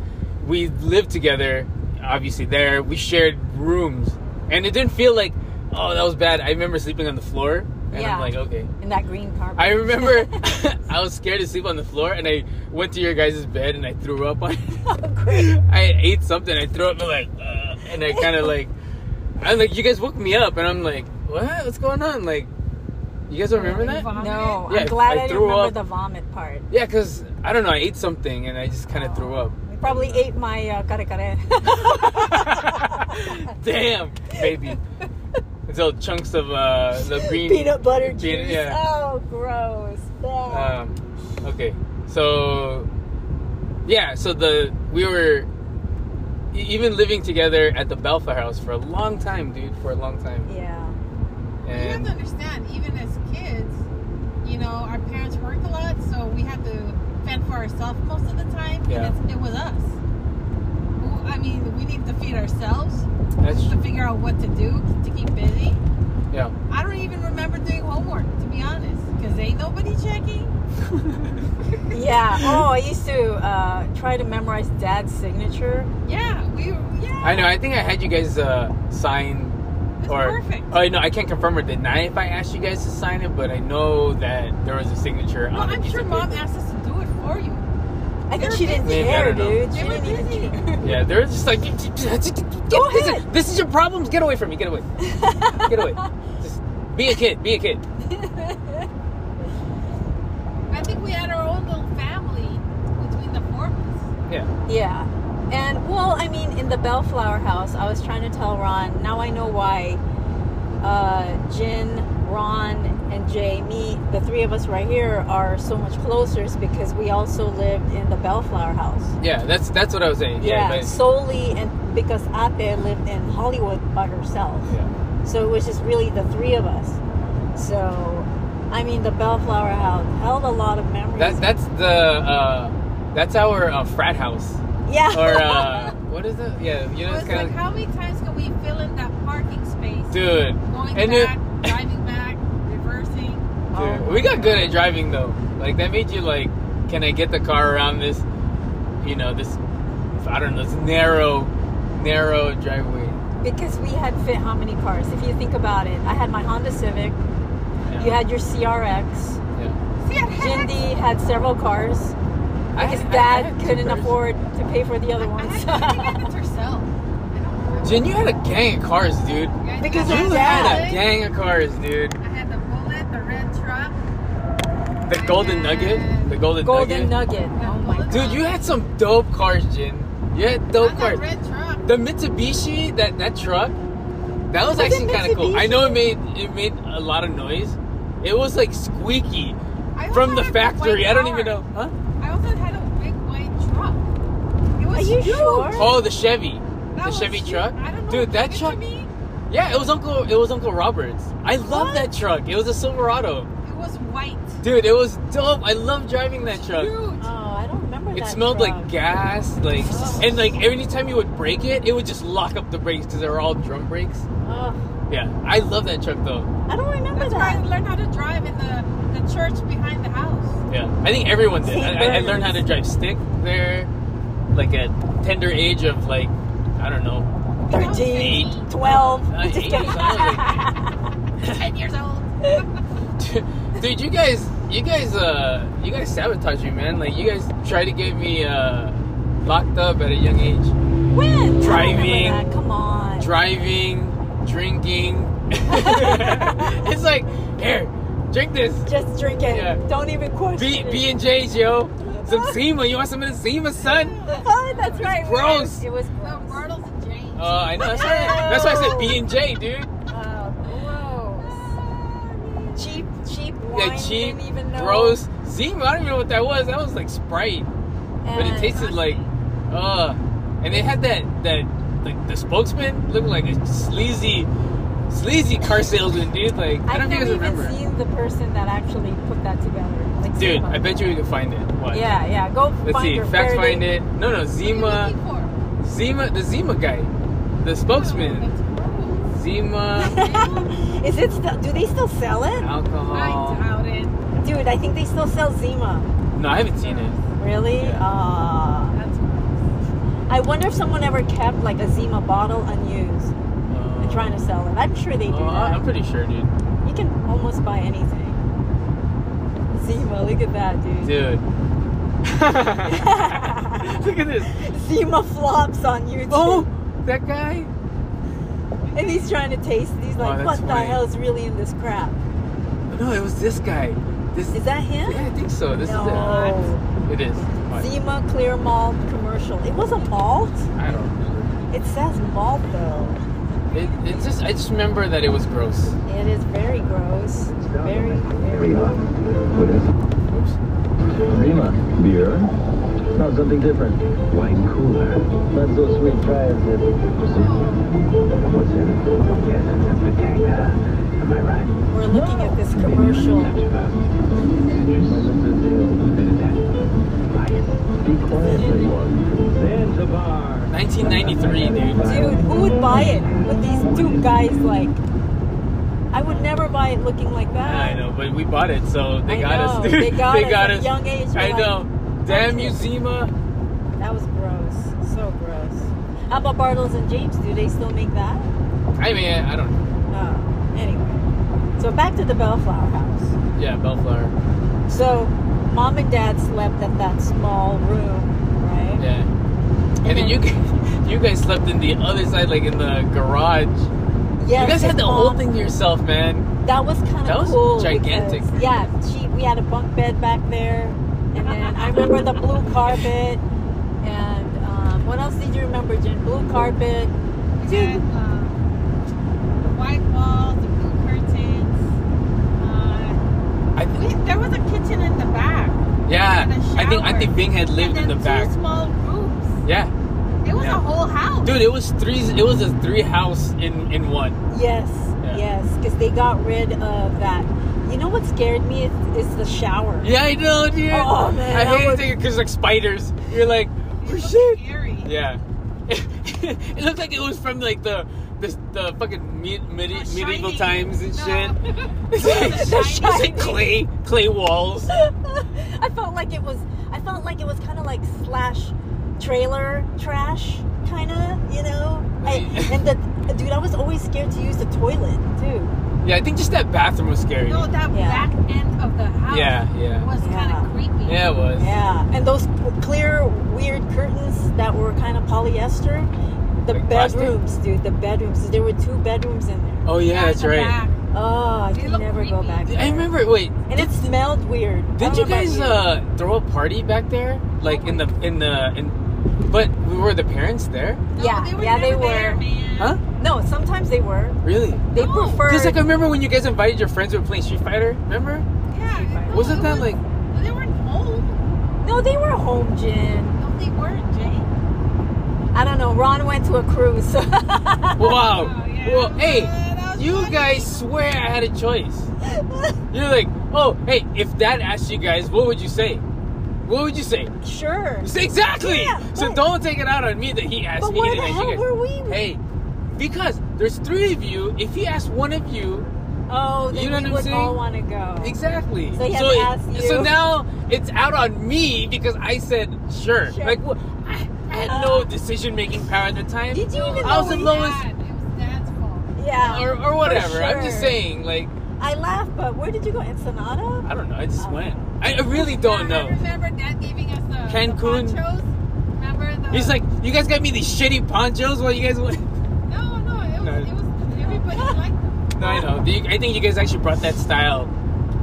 [SPEAKER 4] we lived together. Obviously, there we shared rooms, and it didn't feel like oh that was bad. I remember sleeping on the floor, and
[SPEAKER 5] Yeah.
[SPEAKER 4] I'm like okay.
[SPEAKER 5] In that green carpet.
[SPEAKER 4] I remember I was scared to sleep on the floor, and I went to your guys' bed and I threw up on.
[SPEAKER 5] oh, great.
[SPEAKER 4] I ate something. I threw up and like, uh, and I kind of like, I'm like, you guys woke me up, and I'm like, what? What's going on? Like, you guys don't remember
[SPEAKER 6] You
[SPEAKER 4] that?
[SPEAKER 6] vomited?
[SPEAKER 5] No,
[SPEAKER 4] Yeah,
[SPEAKER 5] I'm glad
[SPEAKER 4] I
[SPEAKER 5] I, didn't
[SPEAKER 4] threw
[SPEAKER 5] remember
[SPEAKER 4] up.
[SPEAKER 5] the vomit part.
[SPEAKER 4] Yeah, cause I don't know. I ate something and I just kind of threw up.
[SPEAKER 5] You probably ate my uh, kare kare.
[SPEAKER 4] Damn, baby. It's all chunks of uh, the green
[SPEAKER 5] peanut butter
[SPEAKER 4] Peanut-
[SPEAKER 5] juice.
[SPEAKER 4] yeah.
[SPEAKER 5] Oh, gross. Bad.
[SPEAKER 4] Um, okay, so yeah, so the we were e- even living together at the Belfa house for a long time, dude, for a long time.
[SPEAKER 5] yeah.
[SPEAKER 6] You have
[SPEAKER 4] And
[SPEAKER 6] to understand, even as kids, you know, our parents worked a lot, so we had to fend for ourselves most of the time,
[SPEAKER 4] Yeah.
[SPEAKER 6] and it's, it was us. Who- I mean, we needed to feed ourselves
[SPEAKER 4] that's
[SPEAKER 6] to figure out what to do to keep busy.
[SPEAKER 4] yeah.
[SPEAKER 6] I don't even remember doing homework, to be honest, because ain't nobody checking.
[SPEAKER 5] Yeah. Oh, I used to uh, try to memorize dad's signature.
[SPEAKER 6] Yeah, we, yeah.
[SPEAKER 4] I know. I think I had you guys uh, sign
[SPEAKER 6] It's
[SPEAKER 4] or
[SPEAKER 6] perfect.
[SPEAKER 4] oh no, I can't confirm or deny if I asked you guys to sign it, but I know that there was a signature
[SPEAKER 6] no,
[SPEAKER 4] on the
[SPEAKER 6] I'm
[SPEAKER 4] piece
[SPEAKER 6] sure
[SPEAKER 4] of
[SPEAKER 6] mom
[SPEAKER 4] paper.
[SPEAKER 6] asked us to do it for you.
[SPEAKER 5] I
[SPEAKER 6] They
[SPEAKER 5] think
[SPEAKER 6] were
[SPEAKER 5] she didn't
[SPEAKER 4] busy.
[SPEAKER 5] care,
[SPEAKER 4] Yeah, I don't
[SPEAKER 5] dude. She
[SPEAKER 6] They were
[SPEAKER 5] didn't even
[SPEAKER 6] busy.
[SPEAKER 5] care.
[SPEAKER 4] Yeah, they're just like "Get- get- get-
[SPEAKER 5] Go
[SPEAKER 4] this, is,
[SPEAKER 5] ahead."
[SPEAKER 4] this is your problems. Get away from me. Get away. Get away. Just be a kid. Be a kid.
[SPEAKER 6] I think we had our own little family between the four of us.
[SPEAKER 4] Yeah.
[SPEAKER 5] Yeah. And well, I mean, in the Bellflower House, I was trying to tell Ron. Now I know why. Uh, Jin, Ron, and Jay, me, the three of us right here, are so much closer is because we also lived in the Bellflower House.
[SPEAKER 4] Yeah. That's that's what I was saying. Yeah.
[SPEAKER 5] Yeah,
[SPEAKER 4] but-
[SPEAKER 5] solely and because Ate lived in Hollywood by herself.
[SPEAKER 4] yeah.
[SPEAKER 5] So it was just really the three of us. So, I mean, the Bellflower House held a lot of memories.
[SPEAKER 4] That that's the uh, that's our uh, frat house
[SPEAKER 5] yeah.
[SPEAKER 4] or uh, what is it? Yeah, you know,
[SPEAKER 6] I
[SPEAKER 4] it's
[SPEAKER 6] was like,
[SPEAKER 4] kind of
[SPEAKER 6] how many times can we fill in that parking space?
[SPEAKER 4] dude.
[SPEAKER 6] Going
[SPEAKER 4] And it-
[SPEAKER 6] back, driving back, reversing.
[SPEAKER 4] Dude,
[SPEAKER 5] Oh.
[SPEAKER 4] we got good at driving though. Like that made you like, can I get the car around this? You know, this I don't know, this narrow, narrow driveway.
[SPEAKER 5] Because we had fit how many cars? If you think about it, I had my Honda Civic.
[SPEAKER 4] Yeah.
[SPEAKER 5] You had your CRX.
[SPEAKER 4] yeah.
[SPEAKER 6] See, I had,
[SPEAKER 5] Jindy had several cars.
[SPEAKER 4] I
[SPEAKER 5] His
[SPEAKER 4] had- I- I
[SPEAKER 5] dad
[SPEAKER 4] had two
[SPEAKER 5] couldn't
[SPEAKER 4] cars.
[SPEAKER 5] afford to pay for the
[SPEAKER 6] I,
[SPEAKER 5] other
[SPEAKER 6] I,
[SPEAKER 5] ones.
[SPEAKER 6] had, I think I had it herself. I don't remember.
[SPEAKER 4] Jen, you had a gang of cars, dude.
[SPEAKER 6] Yeah,
[SPEAKER 5] Because
[SPEAKER 6] I
[SPEAKER 5] of
[SPEAKER 4] You
[SPEAKER 5] dad.
[SPEAKER 4] had a gang of cars, dude.
[SPEAKER 6] I had the bullet, the red truck.
[SPEAKER 4] The Golden Nugget, the Golden,
[SPEAKER 5] Golden
[SPEAKER 4] Nugget.
[SPEAKER 5] Nugget. Oh my god.
[SPEAKER 4] Dude, you had some dope cars, Jen. You had dope
[SPEAKER 6] I
[SPEAKER 4] cars.
[SPEAKER 6] had red truck.
[SPEAKER 4] The Mitsubishi, that that truck, that was
[SPEAKER 5] Was it
[SPEAKER 4] actually kind of cool. I know it made
[SPEAKER 5] Mitsubishi?
[SPEAKER 4] it made a lot of noise. It was like squeaky
[SPEAKER 6] I
[SPEAKER 4] from
[SPEAKER 6] also
[SPEAKER 4] the
[SPEAKER 6] had
[SPEAKER 4] factory.
[SPEAKER 6] white
[SPEAKER 4] I don't
[SPEAKER 6] car.
[SPEAKER 4] even know. Huh?
[SPEAKER 6] I also had a big white truck. It was
[SPEAKER 5] Are you
[SPEAKER 6] huge.
[SPEAKER 5] sure?
[SPEAKER 4] Oh, the Chevy,
[SPEAKER 6] That
[SPEAKER 4] the
[SPEAKER 6] was
[SPEAKER 4] Chevy
[SPEAKER 6] huge.
[SPEAKER 4] truck.
[SPEAKER 6] I don't know
[SPEAKER 4] Dude,
[SPEAKER 6] if
[SPEAKER 4] that
[SPEAKER 6] you
[SPEAKER 4] truck.
[SPEAKER 6] picture Me,
[SPEAKER 4] Yeah, it was Uncle. It was Uncle Roberts. I love that truck. It was a Silverado.
[SPEAKER 6] it was white.
[SPEAKER 4] Dude, it was dope. I love driving that truck.
[SPEAKER 6] Huge.
[SPEAKER 5] Oh, I don't remember
[SPEAKER 4] It
[SPEAKER 5] that.
[SPEAKER 4] smelled
[SPEAKER 5] truck.
[SPEAKER 4] like gas, like,
[SPEAKER 5] Oh.
[SPEAKER 4] and like every time you would brake it, it would just lock up the brakes because they were all drum brakes.
[SPEAKER 5] Ugh.
[SPEAKER 4] Yeah, I love that truck though.
[SPEAKER 5] I don't remember
[SPEAKER 6] That's where I
[SPEAKER 5] that.
[SPEAKER 6] learned how to drive in the, the church behind the house.
[SPEAKER 4] Yeah, I think everyone did. I, I- I learned how to
[SPEAKER 5] Burgers.
[SPEAKER 4] drive stick there, like at tender age of like, I don't know,
[SPEAKER 5] 13,
[SPEAKER 4] Eight.
[SPEAKER 5] 12.
[SPEAKER 4] uh, eight. or something.
[SPEAKER 6] 10 years old.
[SPEAKER 4] Dude, you guys, you guys, uh, you guys sabotage me, man. Like, you guys try to get me uh, locked up at a young age.
[SPEAKER 5] when? I don't remember
[SPEAKER 4] Driving.
[SPEAKER 5] that. Come on.
[SPEAKER 4] Driving, drinking, it's like, here, drink this.
[SPEAKER 5] Just drink it.
[SPEAKER 4] Yeah.
[SPEAKER 5] Don't even question
[SPEAKER 4] B
[SPEAKER 5] it.
[SPEAKER 4] B and J's, yo. Some SEMA. You want some of the SEMA, son?
[SPEAKER 5] oh, that's right. we were-
[SPEAKER 4] gross.
[SPEAKER 5] It was
[SPEAKER 6] No,
[SPEAKER 5] gross.
[SPEAKER 6] Bartles and James.
[SPEAKER 4] Oh, I know. That's why, that's why I said B and J, dude.
[SPEAKER 5] Oh, gross. Cheap, cheap wine.
[SPEAKER 4] That cheap,
[SPEAKER 5] didn't even know.
[SPEAKER 4] gross SEMA. I don't even know what that was. That was like Sprite, but it
[SPEAKER 5] And-
[SPEAKER 4] tasted like, uh, and they had that that like the spokesman looked like a sleazy, sleazy car salesman, dude. Like I
[SPEAKER 5] I've
[SPEAKER 4] don't know if you guys
[SPEAKER 5] never even
[SPEAKER 4] remember.
[SPEAKER 5] seen the person that actually put that together. Like
[SPEAKER 4] Dude,
[SPEAKER 5] Zima.
[SPEAKER 4] I bet you we can find it. What?
[SPEAKER 5] Yeah, yeah. Go
[SPEAKER 4] Let's
[SPEAKER 5] find
[SPEAKER 4] see.
[SPEAKER 5] her.
[SPEAKER 4] Fact
[SPEAKER 5] Fairly-
[SPEAKER 4] find it. No, no.
[SPEAKER 6] What are you
[SPEAKER 4] Zima,
[SPEAKER 6] looking for?
[SPEAKER 4] Zima, the Zima guy, the spokesman.
[SPEAKER 6] Oh,
[SPEAKER 4] Zima
[SPEAKER 6] that's gross.
[SPEAKER 5] Is it still? Do they still sell it?
[SPEAKER 4] alcohol.
[SPEAKER 5] uh,
[SPEAKER 6] I doubt it.
[SPEAKER 5] Dude, I think they still sell Zima.
[SPEAKER 4] No, I haven't seen it.
[SPEAKER 5] Really?
[SPEAKER 4] Yeah.
[SPEAKER 5] Uh,
[SPEAKER 6] That's gross.
[SPEAKER 5] I wonder if someone ever kept like a Zima bottle unused
[SPEAKER 4] Uh,
[SPEAKER 5] and trying to sell it. I'm sure they do.
[SPEAKER 4] uh, I'm
[SPEAKER 5] that.
[SPEAKER 4] pretty sure, dude.
[SPEAKER 5] You can almost buy anything. Zima, look at that, dude.
[SPEAKER 4] Dude. Look at this.
[SPEAKER 5] Zima flops on YouTube,
[SPEAKER 4] Oh, that guy.
[SPEAKER 5] and he's trying to taste. it. He's
[SPEAKER 4] Oh,
[SPEAKER 5] like,
[SPEAKER 4] that's
[SPEAKER 5] "What the
[SPEAKER 4] funny.
[SPEAKER 5] hell is really in this crap?
[SPEAKER 4] No, it was this guy. This
[SPEAKER 5] Is that
[SPEAKER 4] Yeah,
[SPEAKER 5] him?"
[SPEAKER 4] I think so. This
[SPEAKER 5] No.
[SPEAKER 4] is it. It is. What?
[SPEAKER 5] Zima Clear Malt commercial. It was a malt.
[SPEAKER 4] I don't. remember.
[SPEAKER 5] It says malt though.
[SPEAKER 4] It, it just. I just remember that it was gross.
[SPEAKER 5] It is very gross. Very, very.
[SPEAKER 7] Rima. What is it?
[SPEAKER 4] Oops.
[SPEAKER 7] Rima. Beer? No, something different. Wine cooler. Not so sweet. Try it. What's in it? Yes, it's a potato. Am I right?
[SPEAKER 5] We're looking at this commercial.
[SPEAKER 7] Be quiet, everyone. Zanzibar.
[SPEAKER 4] 1993, dude.
[SPEAKER 5] Dude, who would buy it with these two guys like? I would never buy it looking like that.
[SPEAKER 4] I know, but we bought it, so they
[SPEAKER 5] I
[SPEAKER 4] got us,
[SPEAKER 5] know,
[SPEAKER 4] dude.
[SPEAKER 5] they got us at a young age, we're
[SPEAKER 4] I
[SPEAKER 5] like,
[SPEAKER 4] know. Damn you, Zima.
[SPEAKER 5] That was gross. So gross. How about Bartles and James? Do they still make that?
[SPEAKER 4] I mean, I don't.
[SPEAKER 5] Uh, anyway. So back to the Bellflower House.
[SPEAKER 4] Yeah, Bellflower.
[SPEAKER 5] So mom and dad slept at that small room, right?
[SPEAKER 4] Yeah. And, then, you guys, you guys slept in the other side, like in the garage.
[SPEAKER 5] Yes,
[SPEAKER 4] you guys
[SPEAKER 5] his
[SPEAKER 4] had the whole
[SPEAKER 5] mom-
[SPEAKER 4] thing to yourself, man.
[SPEAKER 5] That was kind of
[SPEAKER 4] That was
[SPEAKER 5] cool.
[SPEAKER 4] gigantic.
[SPEAKER 5] because, yeah, she, we had a bunk bed back there, and then I remember the blue carpet. And um, what else did you remember, Jen? Blue carpet.
[SPEAKER 6] We
[SPEAKER 5] Dude.
[SPEAKER 6] had, um, the white walls, the blue curtains. Uh,
[SPEAKER 4] I
[SPEAKER 6] we,
[SPEAKER 4] think.
[SPEAKER 6] there was a kitchen in the back.
[SPEAKER 4] Yeah.
[SPEAKER 6] and a
[SPEAKER 4] I think I
[SPEAKER 6] shower.
[SPEAKER 4] think Bing had lived
[SPEAKER 6] and
[SPEAKER 4] in
[SPEAKER 6] then
[SPEAKER 4] the back.
[SPEAKER 6] Two small rooms.
[SPEAKER 4] Yeah.
[SPEAKER 6] It was
[SPEAKER 4] Yeah.
[SPEAKER 6] a whole house.
[SPEAKER 4] Dude, it was three. It was a three house in in one.
[SPEAKER 5] Yes,
[SPEAKER 4] Yeah.
[SPEAKER 5] yes, because they got rid of that. You know what scared me is, is the shower.
[SPEAKER 4] Yeah, I know, dude.
[SPEAKER 5] Oh, man,
[SPEAKER 4] I
[SPEAKER 5] that
[SPEAKER 4] hate
[SPEAKER 5] was-
[SPEAKER 4] it because like spiders. You're like,
[SPEAKER 6] It
[SPEAKER 4] oh
[SPEAKER 6] was
[SPEAKER 4] shit.
[SPEAKER 6] Scary.
[SPEAKER 4] Yeah. it looked like it was from like the the, the fucking me- medi-
[SPEAKER 6] Not
[SPEAKER 4] medieval
[SPEAKER 6] shiny.
[SPEAKER 4] times and
[SPEAKER 6] No.
[SPEAKER 4] shit. It's like, it's like clay clay walls.
[SPEAKER 5] I felt like it was. I felt like it was kind of like slash trailer trash, kind of. You know. I, and the dude, I was always scared to use the toilet too.
[SPEAKER 4] Yeah, I think just that bathroom was scary.
[SPEAKER 6] No, that
[SPEAKER 5] Yeah.
[SPEAKER 6] back end of the house
[SPEAKER 4] Yeah, yeah.
[SPEAKER 6] was kind
[SPEAKER 5] Yeah.
[SPEAKER 6] of creepy.
[SPEAKER 4] Yeah, it was.
[SPEAKER 5] Yeah, and those clear, weird curtains that were kind of polyester. The
[SPEAKER 4] Like plastic?
[SPEAKER 5] bedrooms, dude. The bedrooms. There were two bedrooms in there.
[SPEAKER 4] Oh, yeah, that's
[SPEAKER 6] the
[SPEAKER 4] right.
[SPEAKER 6] back.
[SPEAKER 5] Oh, I
[SPEAKER 6] They
[SPEAKER 5] could
[SPEAKER 6] look
[SPEAKER 5] never go
[SPEAKER 6] creepy.
[SPEAKER 5] back. There.
[SPEAKER 4] I remember. Wait,
[SPEAKER 5] And it smelled weird. I
[SPEAKER 4] did
[SPEAKER 5] don't
[SPEAKER 4] you
[SPEAKER 5] know about
[SPEAKER 4] guys uh, throw a party back there? Like in the in the in, but we were the parents there,
[SPEAKER 6] No,
[SPEAKER 5] Yeah,
[SPEAKER 6] they were
[SPEAKER 5] yeah, they
[SPEAKER 6] never there,
[SPEAKER 5] were.
[SPEAKER 6] man.
[SPEAKER 4] huh?
[SPEAKER 5] No, sometimes they were.
[SPEAKER 4] Really?
[SPEAKER 5] They
[SPEAKER 6] No.
[SPEAKER 5] preferred.
[SPEAKER 4] Because like I remember when you guys invited your friends who were playing Street Fighter. Remember?
[SPEAKER 6] Yeah, no,
[SPEAKER 4] Wasn't
[SPEAKER 6] it
[SPEAKER 4] that
[SPEAKER 6] was- They weren't home.
[SPEAKER 5] no, they were home, Jen.
[SPEAKER 6] No, they weren't, Jay.
[SPEAKER 5] I don't know. Ron went to a cruise.
[SPEAKER 4] Wow.
[SPEAKER 6] Oh, yeah.
[SPEAKER 4] Well, hey,
[SPEAKER 6] Yeah, that was
[SPEAKER 4] you
[SPEAKER 6] funny.
[SPEAKER 4] guys swear I had a choice. You're like, oh, hey, if Dad asked you guys, what would you say? What would you say?
[SPEAKER 5] sure.
[SPEAKER 4] You say exactly.
[SPEAKER 5] Yeah,
[SPEAKER 4] so
[SPEAKER 5] what?
[SPEAKER 4] don't take it out on me that he asked
[SPEAKER 5] But
[SPEAKER 4] me.
[SPEAKER 5] where
[SPEAKER 4] and
[SPEAKER 5] the
[SPEAKER 4] asked you
[SPEAKER 5] hell
[SPEAKER 4] guys.
[SPEAKER 5] were we?
[SPEAKER 4] Hey, because there's three of you. If he asked one of you,
[SPEAKER 5] Oh, then
[SPEAKER 4] You know what
[SPEAKER 5] we
[SPEAKER 4] I'm
[SPEAKER 5] would
[SPEAKER 4] saying?
[SPEAKER 5] all want to go.
[SPEAKER 4] exactly.
[SPEAKER 5] So he had to ask you.
[SPEAKER 4] so now it's out on me because I said sure.
[SPEAKER 5] Sure. Uh-huh.
[SPEAKER 4] Like, wh- I, I had no decision making power at the time.
[SPEAKER 5] Did you even
[SPEAKER 4] I
[SPEAKER 5] know
[SPEAKER 4] was the
[SPEAKER 5] we-
[SPEAKER 4] lowest,
[SPEAKER 6] Dad, it was Dad's fault.
[SPEAKER 5] Yeah.
[SPEAKER 4] or, or whatever. I'm just
[SPEAKER 5] sure.
[SPEAKER 4] saying, like,
[SPEAKER 5] I laughed, but where did you go? Ensenada?
[SPEAKER 4] I don't know. I just
[SPEAKER 5] Oh.
[SPEAKER 4] went. I I really don't
[SPEAKER 6] Dad,
[SPEAKER 4] know.
[SPEAKER 6] I remember Dad giving us the the
[SPEAKER 4] Cancun.
[SPEAKER 6] ponchos. Remember the?
[SPEAKER 4] He's like, you guys got me these shitty ponchos while you guys went.
[SPEAKER 6] no, no, it was,
[SPEAKER 4] No.
[SPEAKER 6] it was everybody liked them.
[SPEAKER 4] no, I know. Do you- I think you guys actually brought that style.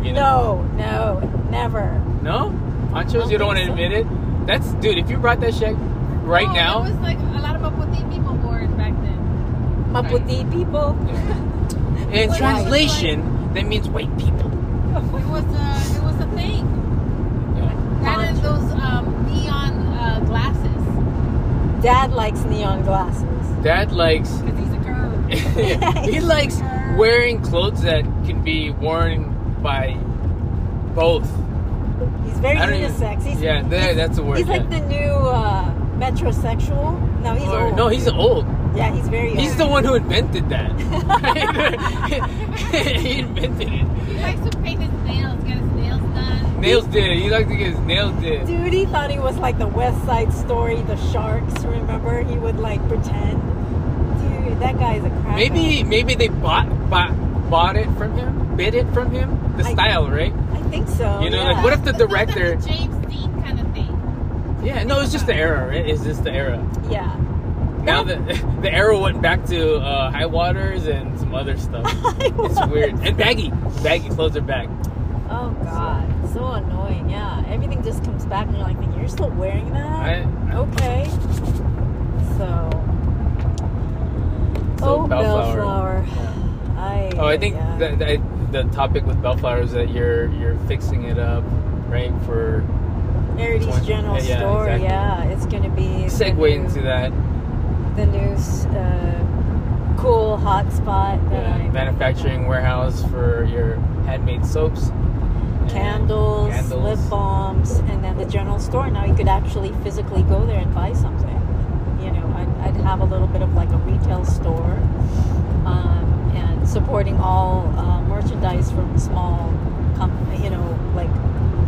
[SPEAKER 4] You know?
[SPEAKER 5] No, no, never.
[SPEAKER 4] No. Ponchos, you don't want to admit it. That's dude. If you brought that shit right
[SPEAKER 6] No,
[SPEAKER 4] now,
[SPEAKER 6] It was like a lot of Maputi people wore it back then.
[SPEAKER 5] Maputi people.
[SPEAKER 4] in
[SPEAKER 6] Like-
[SPEAKER 4] translation, that means white people.
[SPEAKER 6] It was a, it was a thing.
[SPEAKER 4] Yeah.
[SPEAKER 6] That and those um, neon uh, glasses.
[SPEAKER 5] Dad likes neon glasses.
[SPEAKER 4] Dad likes.
[SPEAKER 6] Because he's a girl.
[SPEAKER 4] he likes wearing clothes that can be worn by both.
[SPEAKER 5] He's very
[SPEAKER 4] I don't even-
[SPEAKER 5] unisex. He's,
[SPEAKER 4] yeah, there, that's the word.
[SPEAKER 5] he's
[SPEAKER 4] yeah.
[SPEAKER 5] like the new uh, metrosexual. No, he's
[SPEAKER 4] Or-
[SPEAKER 5] old.
[SPEAKER 4] no, he's old.
[SPEAKER 5] yeah, he's very old.
[SPEAKER 4] He's the one who invented that. he invented it.
[SPEAKER 6] He likes to paint his nails, get his nails done.
[SPEAKER 4] Nails did it. He liked to get his nails did.
[SPEAKER 5] Dude, he thought he was like the West Side Story, the Sharks. Remember, he would like pretend. Dude, that guy is a crack.
[SPEAKER 4] Maybe maybe they bought bought bought it from him, bid it from him. The
[SPEAKER 5] I-
[SPEAKER 4] style, right?
[SPEAKER 5] I think so.
[SPEAKER 4] You know,
[SPEAKER 5] oh, yeah.
[SPEAKER 4] like what if the
[SPEAKER 6] It's like that
[SPEAKER 4] director?
[SPEAKER 6] James Dean kind of thing.
[SPEAKER 4] Yeah, no, it's just the era, right? It's just the era.
[SPEAKER 5] Yeah.
[SPEAKER 4] Now the the era went back to uh, high waters and some other stuff. It's weird and baggy, baggy clothes are back.
[SPEAKER 5] Oh god, so annoying. Yeah, everything just comes back, and you're like, thinking, you're still wearing that?
[SPEAKER 4] I,
[SPEAKER 5] Okay. So.
[SPEAKER 4] So,
[SPEAKER 5] oh,
[SPEAKER 4] Bellflower.
[SPEAKER 5] bellflower. I.
[SPEAKER 4] Oh, I think
[SPEAKER 5] yeah.
[SPEAKER 4] that, that the topic with Bellflower is that you're you're fixing it up, right? For
[SPEAKER 5] Erity's general
[SPEAKER 4] Yeah, yeah,
[SPEAKER 5] store.
[SPEAKER 4] exactly.
[SPEAKER 5] Yeah, it's gonna be
[SPEAKER 4] segue into
[SPEAKER 5] the
[SPEAKER 4] that uh,
[SPEAKER 5] new, the new uh, cool hot spot that
[SPEAKER 4] yeah,
[SPEAKER 5] I
[SPEAKER 4] manufacturing warehouse for your handmade soaps, and
[SPEAKER 5] candles,
[SPEAKER 4] candles.
[SPEAKER 5] lip balms, and then the general store. Now you could actually physically go there and buy something. You know, I'd, I'd have a little bit of like a retail store um, and supporting all uh, merchandise from small, com- you know, like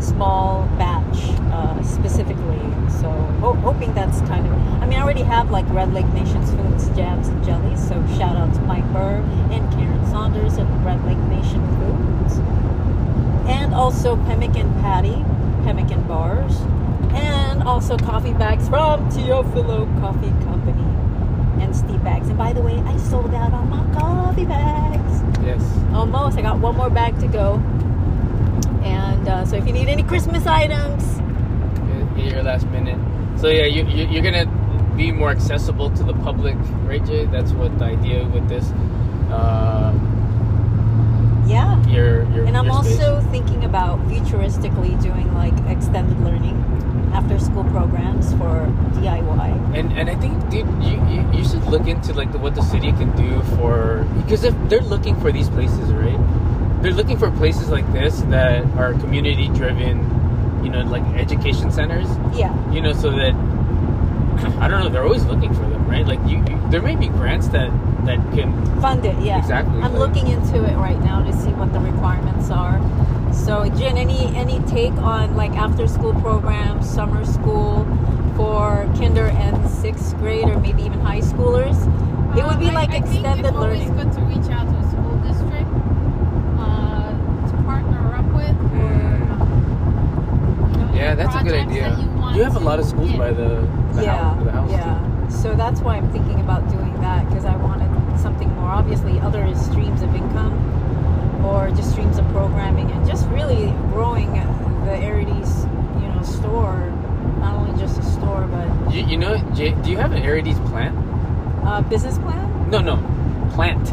[SPEAKER 5] small batch uh, specifically. So ho- hoping that's kind of. I mean, I already have like Red Lake Nation's foods, jams, and jellies. So shout out to Mike Burr and Karen Saunders at Red Lake Nation Foods and also pemmican patty, pemmican bars, and also coffee bags from Teofilo Coffee Company and Steve Bags. And by the way, I sold out on my coffee bags.
[SPEAKER 4] Yes.
[SPEAKER 5] Almost. I got one more bag to go. And uh, so if you need any Christmas items,
[SPEAKER 4] Get- get your last minute. So yeah, you, you you're gonna be more accessible to the public, right, Jay? That's what the idea with this. Uh,
[SPEAKER 5] yeah.
[SPEAKER 4] your your.
[SPEAKER 5] And I'm
[SPEAKER 4] your space.
[SPEAKER 5] also thinking about futuristically doing like extended learning after school programs for DIY.
[SPEAKER 4] And and I think, dude, you, you, you should look into like the, what the city can do for because if they're looking for these places, right? They're looking for places like this that are community driven, you know, like education centers,
[SPEAKER 5] Yeah.
[SPEAKER 4] you know, so that I don't know. They're always looking for them, right? Like you, you there may be grants that that can
[SPEAKER 5] Fund it, yeah.
[SPEAKER 4] Exactly,
[SPEAKER 5] I'm
[SPEAKER 4] like-
[SPEAKER 5] looking into it right now to see what the requirements are. So, Jen, any any take on like after school programs, summer school for kinder and sixth grade, or maybe even high schoolers? It would be
[SPEAKER 6] Um, I-
[SPEAKER 5] like
[SPEAKER 6] I think
[SPEAKER 5] extended
[SPEAKER 6] it's always
[SPEAKER 5] learning.
[SPEAKER 6] good to reach out to a school district uh, to partner up with. Or, um, you know,
[SPEAKER 4] Hmm. yeah,
[SPEAKER 6] any
[SPEAKER 4] that's a good
[SPEAKER 6] projects
[SPEAKER 4] idea.
[SPEAKER 6] that You, want
[SPEAKER 4] have a lot of
[SPEAKER 6] to
[SPEAKER 4] schools
[SPEAKER 6] get.
[SPEAKER 4] by the, the
[SPEAKER 5] yeah,
[SPEAKER 4] house, the house too.
[SPEAKER 5] yeah. So that's why I'm thinking about doing that because I wanted something more. Obviously, other streams of income or just streams of programming, and just really growing the Arides, you know, store. Not only just a store, but
[SPEAKER 4] You, you know, Jay, do you have an Arides plant?
[SPEAKER 5] uh, business plan.
[SPEAKER 4] No, no, plant.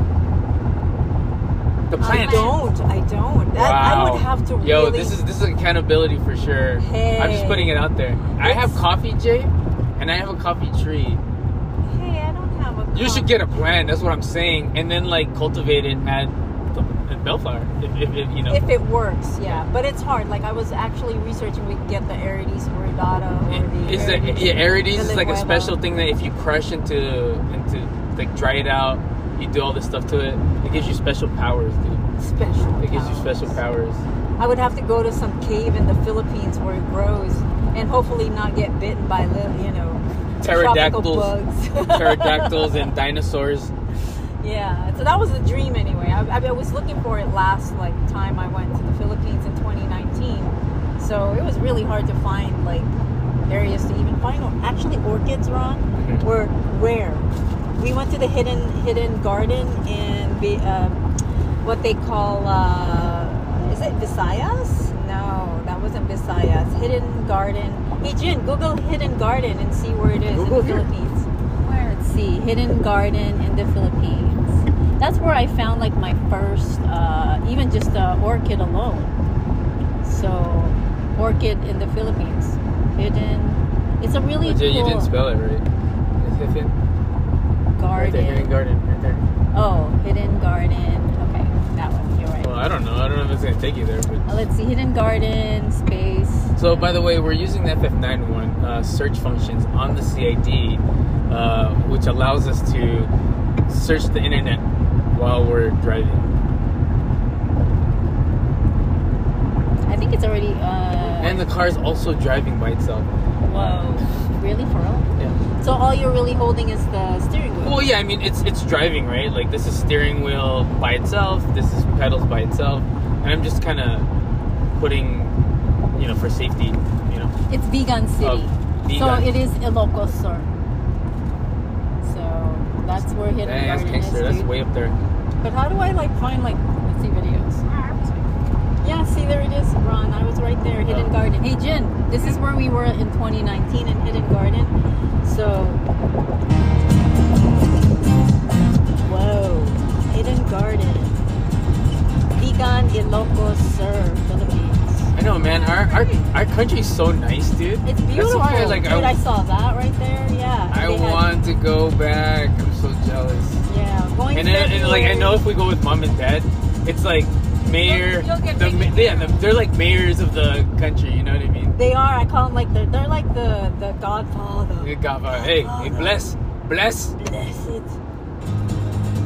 [SPEAKER 4] The plant.
[SPEAKER 5] I don't. I don't. That, I would have to.
[SPEAKER 4] Yo,
[SPEAKER 5] really,
[SPEAKER 4] this is this is accountability for sure. I'm just
[SPEAKER 5] Hey.
[SPEAKER 4] putting it out there. I have
[SPEAKER 5] It's-
[SPEAKER 4] coffee, Jay, and I have a coffee tree.
[SPEAKER 5] Hey, I don't have a.
[SPEAKER 4] You should get a plant. That's what I'm saying, and then like cultivate it at the at Bellflower. If, if, if you know,
[SPEAKER 5] If it works, yeah, but it's hard. Like I was actually researching, we could get the Arides Oridata or the.
[SPEAKER 4] is that
[SPEAKER 5] Arides-
[SPEAKER 4] yeah? Arides is like a
[SPEAKER 5] Licuella.
[SPEAKER 4] special thing that if you crush into into like dry it out, you do all this stuff to it. It gives you special powers, dude.
[SPEAKER 5] Special.
[SPEAKER 4] It gives you
[SPEAKER 5] powers.
[SPEAKER 4] special powers.
[SPEAKER 5] I would have to go to some cave in the Philippines where it grows, and hopefully not get bitten by little, you know, tropical
[SPEAKER 4] Pterodactyls,
[SPEAKER 5] bugs.
[SPEAKER 4] pterodactyls, and dinosaurs.
[SPEAKER 5] Yeah, so that was the dream anyway. I, I, mean, I was looking for it last like time I went to the Philippines in 2019. So it was really hard to find like areas to even find or- actually orchids. Ron
[SPEAKER 4] Mhm.
[SPEAKER 5] were rare. We went to the hidden hidden garden in Be- um what they call uh, is it Visayas? No, that wasn't Visayas. Hidden Garden. Hey Jin, Google Hidden Garden and see where it is
[SPEAKER 8] Google
[SPEAKER 5] in the
[SPEAKER 8] here.
[SPEAKER 5] Philippines. Let's see, Hidden Garden in the Philippines. That's where I found like my first, uh, even just the orchid alone. So, orchid in the Philippines. Hidden. It's a really
[SPEAKER 4] But you, you
[SPEAKER 5] cool
[SPEAKER 4] didn't spell it right. It's hidden. Right there,
[SPEAKER 5] garden.
[SPEAKER 4] hidden garden, right there.
[SPEAKER 5] Oh, Hidden Garden. Okay, that one. You're right.
[SPEAKER 4] Well, I don't know. I don't know if it's gonna take you there, but.
[SPEAKER 5] Uh, Let's see, Hidden Garden, Space.
[SPEAKER 4] So, by the way, we're using the FF91 uh, search functions on the CID, uh, which allows us to search the internet while we're driving.
[SPEAKER 5] I think it's already. Uh,
[SPEAKER 4] And the car is also driving by itself.
[SPEAKER 5] whoa. Really, for real?
[SPEAKER 4] Yeah.
[SPEAKER 5] So all you're really holding is the steering wheel.
[SPEAKER 4] Well, yeah. I mean, it's it's driving, right? Like this is steering wheel by itself. This is pedals by itself, and I'm just kind of putting, you know, for safety, you know.
[SPEAKER 5] It's vegan city. So
[SPEAKER 4] Oh, vegan.
[SPEAKER 5] it is Ilocos Sur. So that's where Hidden
[SPEAKER 4] Dang, that's
[SPEAKER 5] Garden
[SPEAKER 4] gangster.
[SPEAKER 5] is.
[SPEAKER 4] That's
[SPEAKER 5] dude.
[SPEAKER 4] way up there.
[SPEAKER 5] But how do I like find like let's see videos? Yeah, see there it is, Ron. I was right there, Hidden
[SPEAKER 4] Oh.
[SPEAKER 5] Garden. Hey Jin, this is where we were in 2019 in Hidden Garden. So Whoa. Hidden Garden. Vegan Ilocos Sur, Philippines.
[SPEAKER 4] I know, man. Our our, our country's so nice, dude.
[SPEAKER 5] It's beautiful.
[SPEAKER 4] That's why, like,
[SPEAKER 5] Dude,
[SPEAKER 4] I,
[SPEAKER 5] I, saw that right there. Yeah.
[SPEAKER 4] I
[SPEAKER 5] They had-
[SPEAKER 4] want to go back. I'm so jealous.
[SPEAKER 5] Yeah. Going
[SPEAKER 4] And, then, and like, I
[SPEAKER 5] February.
[SPEAKER 4] know if we go with mom and dad, it's like mayor.
[SPEAKER 6] You'll- you'll get
[SPEAKER 4] the,
[SPEAKER 6] taken
[SPEAKER 4] ma- yeah,
[SPEAKER 6] care
[SPEAKER 4] the,
[SPEAKER 6] of.
[SPEAKER 4] they're like mayors of the country. You know what I mean?
[SPEAKER 5] They are. I call them like they're, they're like the the Godfather.
[SPEAKER 4] Good God, uh, hey, hey, bless, bless.
[SPEAKER 5] Bless it.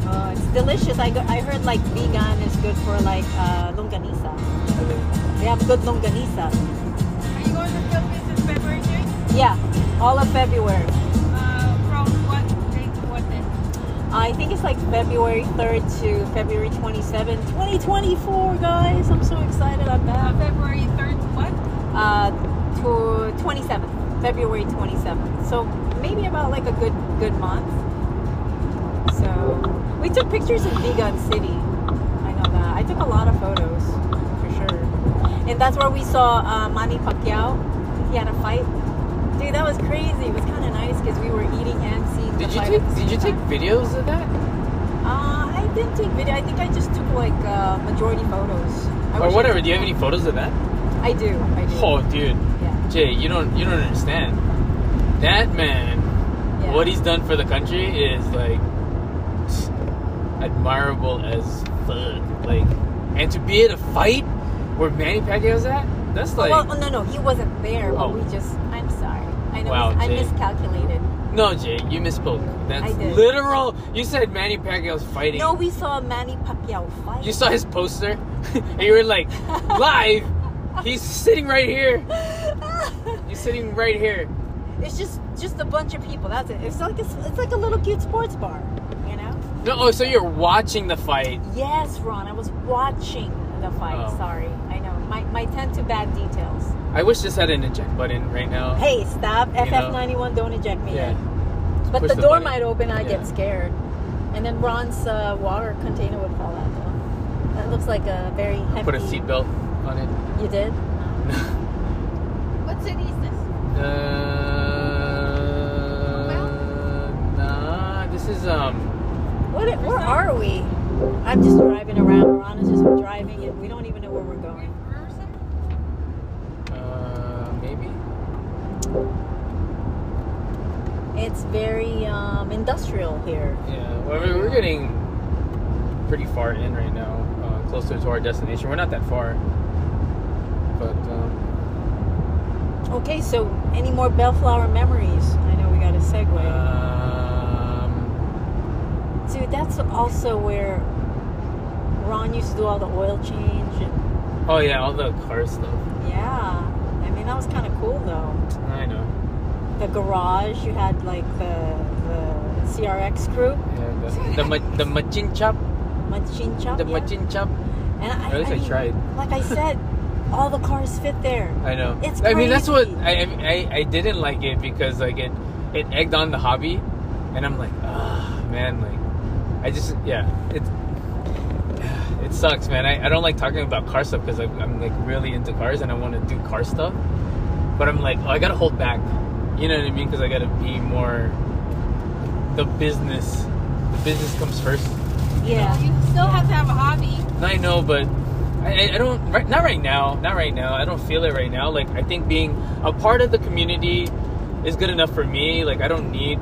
[SPEAKER 5] Oh, it's delicious. I, go, I heard like vegan is good for like uh, longanisa. They have good longanisa.
[SPEAKER 6] Are you going to the Philippines in February, June?
[SPEAKER 5] Yeah, all of February.
[SPEAKER 6] Uh, from what date to what date?
[SPEAKER 5] I think it's like February 3rd to February 27, 2024, guys. I'm so excited. I'm
[SPEAKER 6] Uh,
[SPEAKER 5] back.
[SPEAKER 6] February 3rd to what?
[SPEAKER 5] Uh, to 27th, February 27th. So maybe about like a good good month. So we took pictures in Vegan City. I know that. I took a lot of photos for sure. And that's where we saw uh, Manny Pacquiao. He had a fight. Dude, that was crazy. It was kind of nice because we were eating and seeing. the
[SPEAKER 4] Did you
[SPEAKER 5] fight at
[SPEAKER 4] take
[SPEAKER 5] the
[SPEAKER 4] Did you
[SPEAKER 5] same
[SPEAKER 4] take
[SPEAKER 5] time.
[SPEAKER 4] videos of that
[SPEAKER 5] Uh, I didn't take video. I think I just took like uh, majority photos. I
[SPEAKER 4] or
[SPEAKER 5] wish I
[SPEAKER 4] whatever?
[SPEAKER 5] took
[SPEAKER 4] Do you have
[SPEAKER 5] more.
[SPEAKER 4] any photos of that?
[SPEAKER 5] I do. I do.
[SPEAKER 4] Oh, dude,
[SPEAKER 5] Yeah.
[SPEAKER 4] Jay, you don't you don't understand. That man,
[SPEAKER 5] yeah.
[SPEAKER 4] what he's done for the country is like admirable as fuck. Like, and to be at a fight where Manny Pacquiao's at, that's like
[SPEAKER 5] well, uh, oh, no, no, he wasn't there,
[SPEAKER 4] Oh.
[SPEAKER 5] but we just. I'm sorry. I know.
[SPEAKER 4] Wow,
[SPEAKER 5] I
[SPEAKER 4] Jay.
[SPEAKER 5] miscalculated.
[SPEAKER 4] no, Jay, you misspoke. That's
[SPEAKER 5] I did.
[SPEAKER 4] literal. You said Manny Pacquiao's fighting.
[SPEAKER 5] No, we saw Manny Pacquiao fight.
[SPEAKER 4] You saw his poster, and you were like, live. He's sitting right here. He's sitting right here.
[SPEAKER 5] it's just just a bunch of people. That's it. It's like a, it's like a little cute sports bar, you know.
[SPEAKER 4] No, oh, so you're watching the fight.
[SPEAKER 5] Yes, Ron. I was watching the fight.
[SPEAKER 4] Oh.
[SPEAKER 5] Sorry. I know. My my ten to bad details.
[SPEAKER 4] I wish this had an eject button right now.
[SPEAKER 5] Hey, stop.
[SPEAKER 4] know.
[SPEAKER 5] FF91, don't eject me.
[SPEAKER 4] Yeah.
[SPEAKER 5] But
[SPEAKER 4] push
[SPEAKER 5] the
[SPEAKER 4] the
[SPEAKER 5] door
[SPEAKER 4] button.
[SPEAKER 5] might open, I
[SPEAKER 4] Yeah.
[SPEAKER 5] get scared. And then Ron's uh, water container would fall out, though. That looks like a very hefty.
[SPEAKER 4] Put a seatbelt on it.
[SPEAKER 5] You did?
[SPEAKER 6] What city is this?
[SPEAKER 4] Uh, nah, this is um.
[SPEAKER 5] What, where are we? I'm just driving around. Ron is just driving, and we don't even know where we're going.
[SPEAKER 6] River Center?
[SPEAKER 4] Uh, maybe.
[SPEAKER 5] It's very um, industrial here.
[SPEAKER 4] Yeah. Well, I mean, we're getting pretty far in right now, uh, closer to our destination. We're not that far, but um,
[SPEAKER 5] Okay, so any more Bellflower memories? I know we got a segue.
[SPEAKER 4] Uh. um,
[SPEAKER 5] Dude, that's also where Ron used to do all the oil change. And,
[SPEAKER 4] oh yeah, all the car stuff.
[SPEAKER 5] yeah. I mean, that was kind of cool, though.
[SPEAKER 4] I know.
[SPEAKER 5] the garage. You had like the, the CRX group,
[SPEAKER 4] Yeah, the the, ma- the machin chop,
[SPEAKER 5] Machin Chop.
[SPEAKER 4] the
[SPEAKER 5] yeah?
[SPEAKER 4] machin chop.
[SPEAKER 5] And I,
[SPEAKER 4] At least I
[SPEAKER 5] mean,
[SPEAKER 4] tried.
[SPEAKER 5] Like I said, all the cars fit there.
[SPEAKER 4] I know.
[SPEAKER 5] It's
[SPEAKER 4] I mean, that's what
[SPEAKER 5] crazy.
[SPEAKER 4] I, I I didn't like it because like it it egged on the hobby, and I'm like, ah, man, like I just yeah, it's it sucks, man. I, I don't like talking about car stuff because I'm like really into cars and I want to do car stuff. But I'm like, oh, I gotta hold back. You know what I mean? Because I gotta be more the business. The business comes first.
[SPEAKER 5] Yeah.
[SPEAKER 6] You still have to have a hobby.
[SPEAKER 4] And I know, but I, I- I don't. Right, not right now. Not right now. I don't feel it right now. Like I think being a part of the community is good enough for me. Like I don't need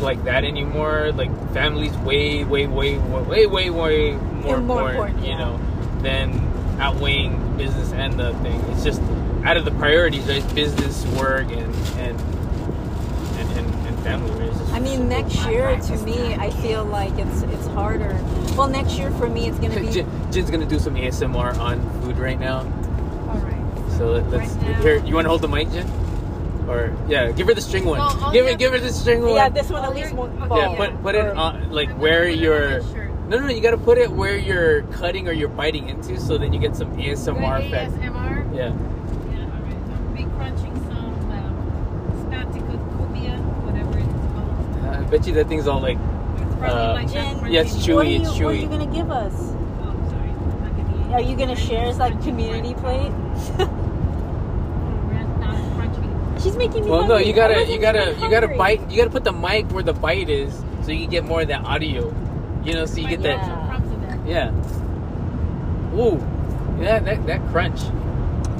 [SPEAKER 4] like that anymore. Like family's way, way, way, way, way, way, way more,
[SPEAKER 5] More
[SPEAKER 4] important,
[SPEAKER 5] important,
[SPEAKER 4] you
[SPEAKER 5] yeah.
[SPEAKER 4] know, than outweighing business and the thing. It's just out of the priorities, right? Business, work, and and and, and, and family. Right? It's just-
[SPEAKER 5] I mean, next year to me, I feel like it's it's harder. Well, next year for me, it's gonna be.
[SPEAKER 4] Jin, Jin's gonna do some ASMR on food right now.
[SPEAKER 6] All right.
[SPEAKER 4] So let, let's
[SPEAKER 6] Right now.
[SPEAKER 4] here. You want to hold the mic, Jen? Or yeah, give her the string one.
[SPEAKER 6] Well, I'll
[SPEAKER 4] give it,
[SPEAKER 6] have-
[SPEAKER 4] give her the string one.
[SPEAKER 5] Yeah, this one
[SPEAKER 6] Oh,
[SPEAKER 5] at least
[SPEAKER 6] you're-
[SPEAKER 5] won't
[SPEAKER 6] okay,
[SPEAKER 5] fall.
[SPEAKER 4] yeah, put put it
[SPEAKER 5] Or-
[SPEAKER 4] on like
[SPEAKER 6] I'm
[SPEAKER 4] where
[SPEAKER 6] gonna put it
[SPEAKER 4] you're.
[SPEAKER 6] on my shirt.
[SPEAKER 4] No, no, you gotta put it where you're cutting or you're biting into, so then you get some ASMR
[SPEAKER 6] Good
[SPEAKER 4] effect.
[SPEAKER 6] ASMR.
[SPEAKER 4] Yeah,
[SPEAKER 6] Yeah, all right. Don't be crunching some um, spaticocobia, whatever it's called.
[SPEAKER 4] I bet you that thing's all like.
[SPEAKER 6] It's probably
[SPEAKER 4] Uh,
[SPEAKER 6] like that
[SPEAKER 5] Jen,
[SPEAKER 6] crunching-
[SPEAKER 4] yeah, it's chewy,
[SPEAKER 5] What are you,
[SPEAKER 4] it's
[SPEAKER 5] What are you
[SPEAKER 4] chewy.
[SPEAKER 5] gonna give us?
[SPEAKER 6] Oh, I'm sorry. I'm not gonna eat.
[SPEAKER 5] Are you gonna share us like community plate?
[SPEAKER 6] Oh, Not crunchy.
[SPEAKER 5] She's making me.
[SPEAKER 4] Well, no,
[SPEAKER 5] hungry.
[SPEAKER 4] you
[SPEAKER 5] I
[SPEAKER 4] gotta,
[SPEAKER 5] wasn't
[SPEAKER 4] you gotta,
[SPEAKER 5] even
[SPEAKER 4] you gotta
[SPEAKER 5] hungry.
[SPEAKER 4] bite. You gotta put the mic where the bite is, so you get more of that audio. You know, so you get
[SPEAKER 5] Yeah.
[SPEAKER 4] that. Yeah. Ooh, yeah, that that crunch.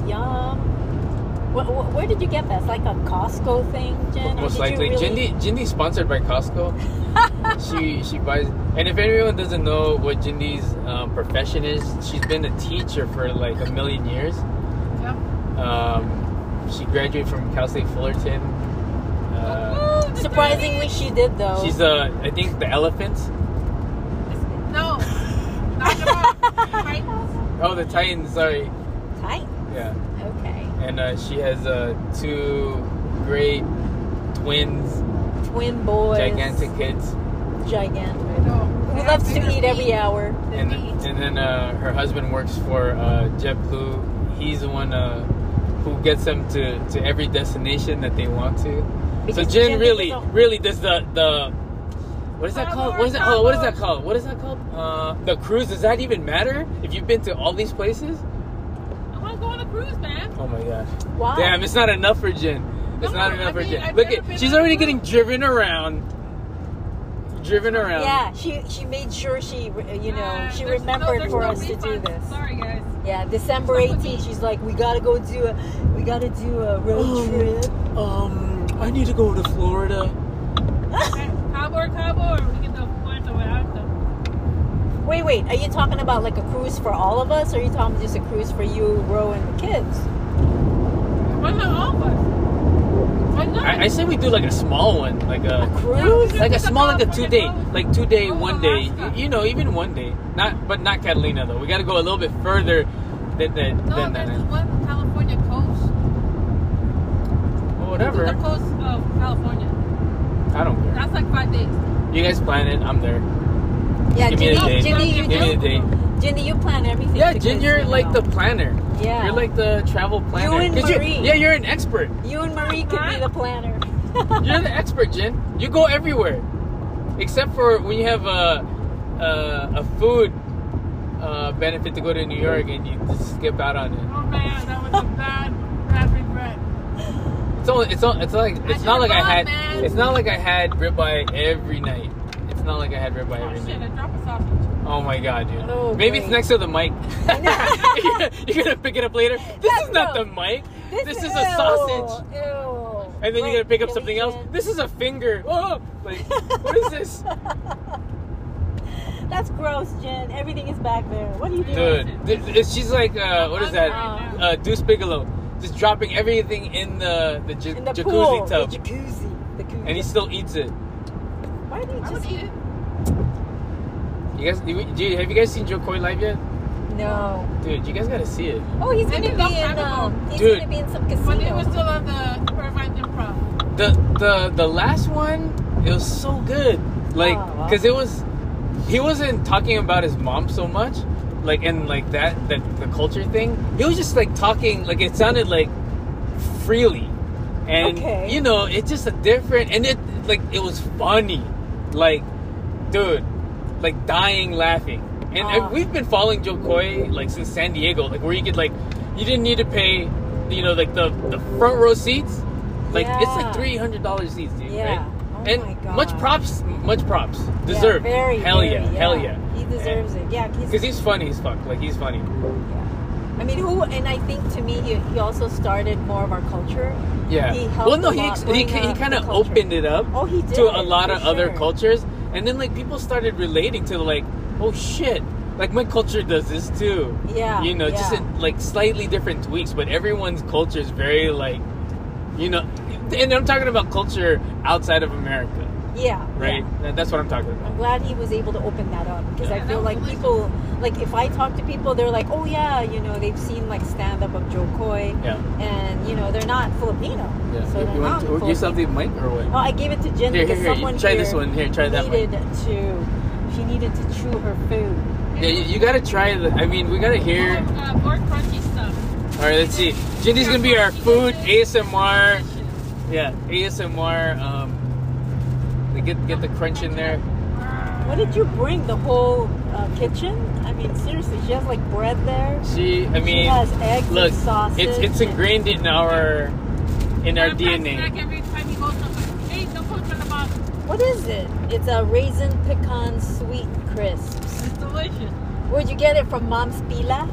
[SPEAKER 5] Yum. Wh- wh- where did you get this? Like a Costco thing, Jen? Or
[SPEAKER 4] Most
[SPEAKER 5] did you
[SPEAKER 4] likely,
[SPEAKER 5] really-
[SPEAKER 4] Jindy Jindy's sponsored by Costco. she she buys, and if anyone doesn't know what Jindy's um, profession is, she's been a teacher for like a million years.
[SPEAKER 6] Yep.
[SPEAKER 4] Um, she graduated from Cal State Fullerton. Uh,
[SPEAKER 5] Surprisingly, she did though.
[SPEAKER 4] she's uh, I think the elephants.
[SPEAKER 6] No. Not at all. Right?
[SPEAKER 4] Oh, the Titans. Sorry.
[SPEAKER 5] tight.
[SPEAKER 4] Yeah,
[SPEAKER 5] Okay.
[SPEAKER 4] and uh, she has uh, two great twins,
[SPEAKER 5] Twin boys.
[SPEAKER 4] gigantic kids,
[SPEAKER 5] Gigantic.
[SPEAKER 6] No.
[SPEAKER 5] Who loves to eat every hour?
[SPEAKER 4] and and then uh, her husband works for uh, JetBlue. He's the one uh, who gets them to, to every destination that they want to.
[SPEAKER 5] Because
[SPEAKER 4] so Jen,
[SPEAKER 5] Jen
[SPEAKER 4] really,
[SPEAKER 5] is a-
[SPEAKER 4] really does the the what is that
[SPEAKER 6] Travel
[SPEAKER 4] called? What is that called? What is that
[SPEAKER 6] travel.
[SPEAKER 4] called? What is that called? Uh, the cruise. Does that even matter if you've been to all these places?
[SPEAKER 6] I want to go on a cruise, man.
[SPEAKER 4] Oh my god!
[SPEAKER 5] Wow.
[SPEAKER 4] Damn, it's not enough for Jen. It's
[SPEAKER 6] No,
[SPEAKER 4] not
[SPEAKER 6] I
[SPEAKER 4] enough for
[SPEAKER 6] mean,
[SPEAKER 4] Jen.
[SPEAKER 6] I've
[SPEAKER 4] Look
[SPEAKER 6] never been
[SPEAKER 4] at she's
[SPEAKER 6] on a
[SPEAKER 4] already
[SPEAKER 6] cruise.
[SPEAKER 4] getting driven around. Driven around.
[SPEAKER 5] Yeah, she she made sure she re- you know
[SPEAKER 6] Uh,
[SPEAKER 5] she
[SPEAKER 6] there's-
[SPEAKER 5] remembered
[SPEAKER 6] no,
[SPEAKER 5] for
[SPEAKER 6] there's
[SPEAKER 5] us
[SPEAKER 6] no
[SPEAKER 5] to do
[SPEAKER 6] refunds.
[SPEAKER 5] this.
[SPEAKER 6] Sorry, guys.
[SPEAKER 5] Yeah, December 18th, she's like, we gotta go do a we gotta do a road
[SPEAKER 4] Oh.
[SPEAKER 5] trip.
[SPEAKER 4] Um, I need to go to Florida.
[SPEAKER 6] Okay, Cabo or Cabo, or we can do Puerto Vallarta.
[SPEAKER 5] Wait, wait, are you talking about like a cruise for all of us, or are you talking just a cruise for you, Ro, and the kids?
[SPEAKER 6] Why not all of us? Why not?
[SPEAKER 4] I, I say we do like a small one, like a
[SPEAKER 5] Cruise?
[SPEAKER 4] like a small, like a two day, like two day,
[SPEAKER 6] Oh,
[SPEAKER 4] one day.
[SPEAKER 6] Alaska.
[SPEAKER 4] You know, even one day. Not, but not Catalina though. We got to go a little bit further than than,
[SPEAKER 6] no,
[SPEAKER 4] than
[SPEAKER 6] there's the
[SPEAKER 4] that.
[SPEAKER 6] one California coast.
[SPEAKER 4] Well,
[SPEAKER 6] To
[SPEAKER 4] whatever.
[SPEAKER 6] the coast of California.
[SPEAKER 4] I don't care.
[SPEAKER 6] That's like five days.
[SPEAKER 4] You guys plan it. I'm there.
[SPEAKER 5] Yeah,
[SPEAKER 4] Give me a
[SPEAKER 5] Jinny,
[SPEAKER 4] date.
[SPEAKER 5] Jinny, you
[SPEAKER 4] Give me a
[SPEAKER 5] just,
[SPEAKER 4] date.
[SPEAKER 5] Jinny, you plan everything.
[SPEAKER 4] Yeah,
[SPEAKER 5] for
[SPEAKER 4] Jin,
[SPEAKER 5] kids,
[SPEAKER 4] you're
[SPEAKER 5] you
[SPEAKER 4] like
[SPEAKER 5] know.
[SPEAKER 4] the planner.
[SPEAKER 5] Yeah.
[SPEAKER 4] You're like the travel planner.
[SPEAKER 5] You and
[SPEAKER 4] 'Cause
[SPEAKER 5] Marie.
[SPEAKER 4] yeah, you're an expert.
[SPEAKER 5] you and Marie could be the planner.
[SPEAKER 4] You're the expert, Jin. You go everywhere, except for when you have a a, a food uh, benefit to go to New York and you just skip out on it.
[SPEAKER 6] Oh man, that was a bad, bad regret.
[SPEAKER 4] It's only, it's only, it's like it's
[SPEAKER 6] I
[SPEAKER 4] not like I
[SPEAKER 6] forgot,
[SPEAKER 4] had
[SPEAKER 6] man.
[SPEAKER 4] it's not like I had ribeye every night. It's not like I had ribeye
[SPEAKER 6] Oh
[SPEAKER 4] every
[SPEAKER 6] shit,
[SPEAKER 4] night.
[SPEAKER 6] I dropped a sausage.
[SPEAKER 4] Oh my god, dude.
[SPEAKER 5] Oh,
[SPEAKER 4] Maybe it's
[SPEAKER 5] great.
[SPEAKER 4] next to the mic. you're gonna pick it up later. This
[SPEAKER 5] That's
[SPEAKER 4] is not
[SPEAKER 5] no-
[SPEAKER 4] the mic. This, is a sausage.
[SPEAKER 5] Ew.
[SPEAKER 4] And then
[SPEAKER 5] Wait,
[SPEAKER 4] you're gonna pick up
[SPEAKER 5] can
[SPEAKER 4] something
[SPEAKER 5] we
[SPEAKER 4] else.
[SPEAKER 5] get-
[SPEAKER 4] This is a finger. Oh, like what is this?
[SPEAKER 5] That's gross, Jen. Everything is back there. What are you doing?
[SPEAKER 4] Dude, th- th- she's like, uh, what is that?
[SPEAKER 5] Oh.
[SPEAKER 4] Uh, Deuce Bigelow, just dropping everything in the the, j-
[SPEAKER 5] In the
[SPEAKER 4] jacuzzi
[SPEAKER 5] pool,
[SPEAKER 4] tub,
[SPEAKER 5] the jacuzzi, the jacuzzi.
[SPEAKER 4] and he still eats it.
[SPEAKER 5] Why do you
[SPEAKER 6] I would
[SPEAKER 5] just
[SPEAKER 6] eat it.
[SPEAKER 4] You guys, you, do you- have you guys seen Joe Coy live yet?
[SPEAKER 5] no?
[SPEAKER 4] Dude, you guys gotta see it.
[SPEAKER 5] Oh, he's
[SPEAKER 6] Maybe
[SPEAKER 5] gonna
[SPEAKER 6] long
[SPEAKER 5] be in.
[SPEAKER 6] time
[SPEAKER 5] Um,
[SPEAKER 6] ago.
[SPEAKER 5] he's
[SPEAKER 4] Dude.
[SPEAKER 5] gonna be in some
[SPEAKER 6] When it
[SPEAKER 5] casino.
[SPEAKER 6] was still at the Irvine Improv.
[SPEAKER 4] The the the last one, it was so good. Like,
[SPEAKER 5] Oh, wow.
[SPEAKER 4] cause it was, he wasn't talking about his mom so much, like and like that that the culture thing. He was just like talking, like it sounded like freely, and
[SPEAKER 5] Okay.
[SPEAKER 4] you know, it's just a different and it like it was funny, like, dude, like dying laughing. And, and
[SPEAKER 5] Ah.
[SPEAKER 4] we've been following Joe Coy like since San Diego, like where you could like you didn't need to pay, you know, like the the front row seats. Like it's
[SPEAKER 5] Yeah.
[SPEAKER 4] like three hundred dollars seats, dude.
[SPEAKER 5] Yeah.
[SPEAKER 4] Right?
[SPEAKER 5] Oh
[SPEAKER 4] and
[SPEAKER 5] my
[SPEAKER 4] much
[SPEAKER 5] God.
[SPEAKER 4] props, much props, deserved.
[SPEAKER 5] Yeah, very,
[SPEAKER 4] hell
[SPEAKER 5] very,
[SPEAKER 4] yeah, hell yeah.
[SPEAKER 5] He deserves it. Yeah,
[SPEAKER 4] Because he's funny as fuck. Like he's funny.
[SPEAKER 5] I mean, who? And I think to me, he, he also started more of our culture.
[SPEAKER 4] Yeah.
[SPEAKER 5] He helped
[SPEAKER 4] well, no,
[SPEAKER 5] a
[SPEAKER 4] he
[SPEAKER 5] lot
[SPEAKER 4] ex- he,
[SPEAKER 5] bring
[SPEAKER 4] he
[SPEAKER 5] up
[SPEAKER 4] kind
[SPEAKER 5] the
[SPEAKER 4] of
[SPEAKER 5] culture.
[SPEAKER 4] opened it up
[SPEAKER 5] Oh, he did
[SPEAKER 4] to a lot
[SPEAKER 5] for
[SPEAKER 4] of other
[SPEAKER 5] sure.
[SPEAKER 4] cultures, and then like people started relating to like, oh shit, like my culture does this too.
[SPEAKER 5] Yeah,
[SPEAKER 4] You know, just
[SPEAKER 5] yeah.
[SPEAKER 4] in, like slightly different tweaks, but everyone's culture is very like, you know, and I'm talking about culture outside of America,
[SPEAKER 5] Yeah.
[SPEAKER 4] right?
[SPEAKER 5] yeah.
[SPEAKER 4] That- That's what I'm talking about.
[SPEAKER 5] I'm glad he was able to open that up because
[SPEAKER 6] Yeah,
[SPEAKER 5] I feel
[SPEAKER 6] that was
[SPEAKER 5] like
[SPEAKER 6] delicious.
[SPEAKER 5] people, like if I talk to people, they're like, oh yeah, you know, they've seen like stand up of Joe Coy,
[SPEAKER 4] Yeah.
[SPEAKER 5] and you know, they're not Filipino.
[SPEAKER 4] Yeah.
[SPEAKER 5] So
[SPEAKER 4] you,
[SPEAKER 5] they're
[SPEAKER 4] you
[SPEAKER 5] not
[SPEAKER 4] want to, oh, you
[SPEAKER 5] Filipino.
[SPEAKER 4] something, Mike, or what?
[SPEAKER 5] Oh, I gave it to
[SPEAKER 4] here,
[SPEAKER 5] Jen
[SPEAKER 4] here,
[SPEAKER 5] because
[SPEAKER 4] here. you
[SPEAKER 5] someone
[SPEAKER 4] try
[SPEAKER 5] here
[SPEAKER 4] this one. Here, try that one.
[SPEAKER 5] needed to. She needed to chew her food.
[SPEAKER 4] Yeah, you, you gotta try. The, I mean, we gotta hear.
[SPEAKER 6] More, uh, more crunchy stuff.
[SPEAKER 4] All right, let's see. Jindy's gonna be our food ASMR. Yeah, ASMR. Um, they get get the crunch in there.
[SPEAKER 5] What did you bring? The whole uh, kitchen? I mean, seriously, she has like bread there.
[SPEAKER 4] She, I mean,
[SPEAKER 5] she has eggs
[SPEAKER 4] look,
[SPEAKER 5] and sausage.
[SPEAKER 4] it's it's ingrained in our in our
[SPEAKER 6] Grandpa's snack
[SPEAKER 4] DNA.
[SPEAKER 6] every time you go somewhere. Hey, don't put it in the box.
[SPEAKER 5] What is it? It's a raisin pecan sweet crisps.
[SPEAKER 6] It's delicious.
[SPEAKER 5] Where'd you get it from, Mom's Pila?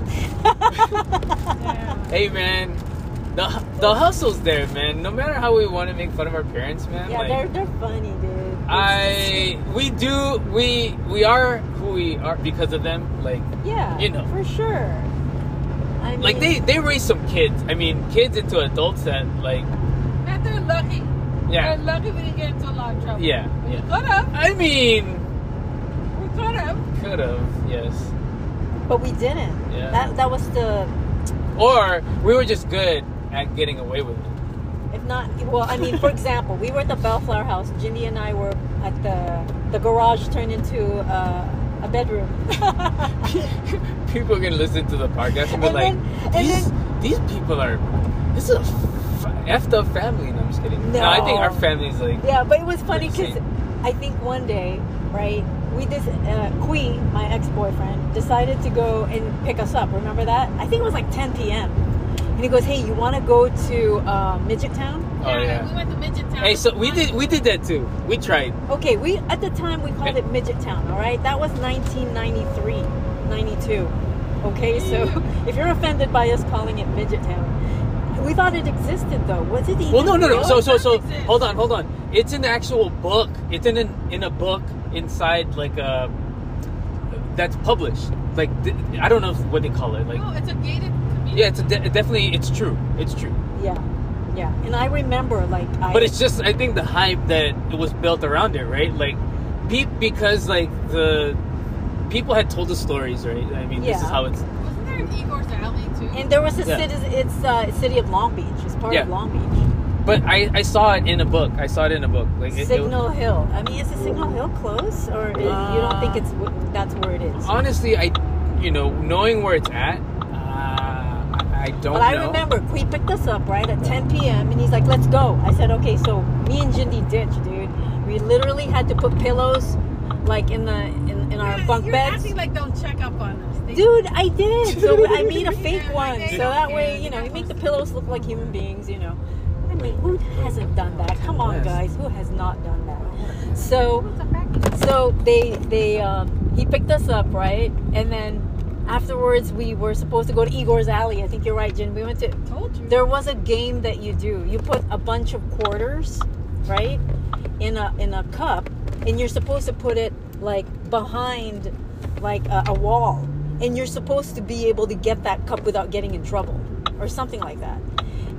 [SPEAKER 6] Yeah.
[SPEAKER 4] Hey, man, the the hustle's there, man. No matter how we want to make fun of our parents, man.
[SPEAKER 5] Yeah,
[SPEAKER 4] like,
[SPEAKER 5] they're they're funny, dude. It's
[SPEAKER 4] I we do we we are who we are because of them. Like
[SPEAKER 5] just- yeah,
[SPEAKER 4] you know.
[SPEAKER 5] for sure. I mean,
[SPEAKER 4] like they they raise some kids. I mean, kids into adults that like
[SPEAKER 6] And they're lucky.
[SPEAKER 4] yeah.
[SPEAKER 6] They're lucky we didn't get into a lot of trouble.
[SPEAKER 4] Yeah,
[SPEAKER 6] We
[SPEAKER 4] yeah.
[SPEAKER 6] could have.
[SPEAKER 4] I mean,
[SPEAKER 6] We could have.
[SPEAKER 4] could have, yes.
[SPEAKER 5] but we didn't.
[SPEAKER 4] Yeah.
[SPEAKER 5] That that was the
[SPEAKER 4] Or we were just good at getting away with it.
[SPEAKER 5] if not well. I mean, for example, we were at the Bellflower House. Jindy and I were at the the garage turned into uh, a bedroom.
[SPEAKER 4] People can listen to the podcast and be
[SPEAKER 5] And
[SPEAKER 4] like,
[SPEAKER 5] then- and
[SPEAKER 4] these, these people are, this is a f- effed up family. No, I'm just kidding. No, I think
[SPEAKER 5] No.
[SPEAKER 4] our family's like,
[SPEAKER 5] Yeah, but it was funny because
[SPEAKER 4] Interesting.
[SPEAKER 5] I think one day, right, we just, uh, Kui, my ex boyfriend, decided to go and pick us up. Remember that? I think it was like 10 p.m. And he goes, hey, you want to go to uh, Midget Town?
[SPEAKER 4] oh
[SPEAKER 6] We
[SPEAKER 4] yeah.
[SPEAKER 6] went to Midget Town.
[SPEAKER 4] Hey, so we did we did that too. We tried.
[SPEAKER 5] Okay, we, at the time, we called it Midget Town, all right? That was 1993, 92. Okay, so if you're offended by us calling it Midget Town, we thought it existed though. Was it even
[SPEAKER 4] Well, no, no, no.
[SPEAKER 5] real?
[SPEAKER 4] So, so, so,
[SPEAKER 6] That exists.
[SPEAKER 4] hold on, hold on. It's in the actual book. It's in an, in a book inside like a that's published. Like th- I don't know what they call it. Like
[SPEAKER 6] No, it's a gated community.
[SPEAKER 4] Yeah, it's a de- definitely it's true. It's true.
[SPEAKER 5] Yeah, yeah. And I remember, like, I.
[SPEAKER 4] But it's just I think the hype that it was built around it, right? Like pe- because like the people had told the stories, right? I mean, this is
[SPEAKER 5] Yeah.
[SPEAKER 4] how it's
[SPEAKER 6] Wasn't there an Igor's Alley too?
[SPEAKER 5] And there was a
[SPEAKER 4] Yeah.
[SPEAKER 5] citizen. It's uh, city of Long Beach. It's part
[SPEAKER 4] Yeah.
[SPEAKER 5] of Long Beach.
[SPEAKER 4] but I I saw it in a book. I saw it in a book. Like it, it-
[SPEAKER 5] Signal Hill. I mean, is the Signal Hill close, or is, you don't think
[SPEAKER 4] Uh,
[SPEAKER 5] it's wh- that's where it is?
[SPEAKER 4] honestly, I you know, knowing where it's at, uh, I don't
[SPEAKER 5] But I
[SPEAKER 4] know.
[SPEAKER 5] remember Kui picked us up right at 10 p.m. and he's like, "Let's go." I said, "Okay." So me and Jindy ditched, dude. We literally had to put pillows like in the in, in our
[SPEAKER 6] Yeah,
[SPEAKER 5] bunk
[SPEAKER 6] you're
[SPEAKER 5] beds.
[SPEAKER 6] acting like don't check up on us. They-
[SPEAKER 5] Dude, I did. So I made a fake one, so that way you know
[SPEAKER 6] Yeah.
[SPEAKER 5] you make the pillows look like human beings. You know, I mean, who hasn't done that? Come on, guys, who has not done that? So, so they they um, he picked us up right, and then afterwards we were supposed to go to Igor's Alley. I think you're right, Jen. We went to
[SPEAKER 6] told you.
[SPEAKER 5] there was a game that you do. You put a bunch of quarters, right, in a in a cup, and you're supposed to put it like behind, like a, a wall, and you're supposed to be able to get that cup without getting in trouble or something like that.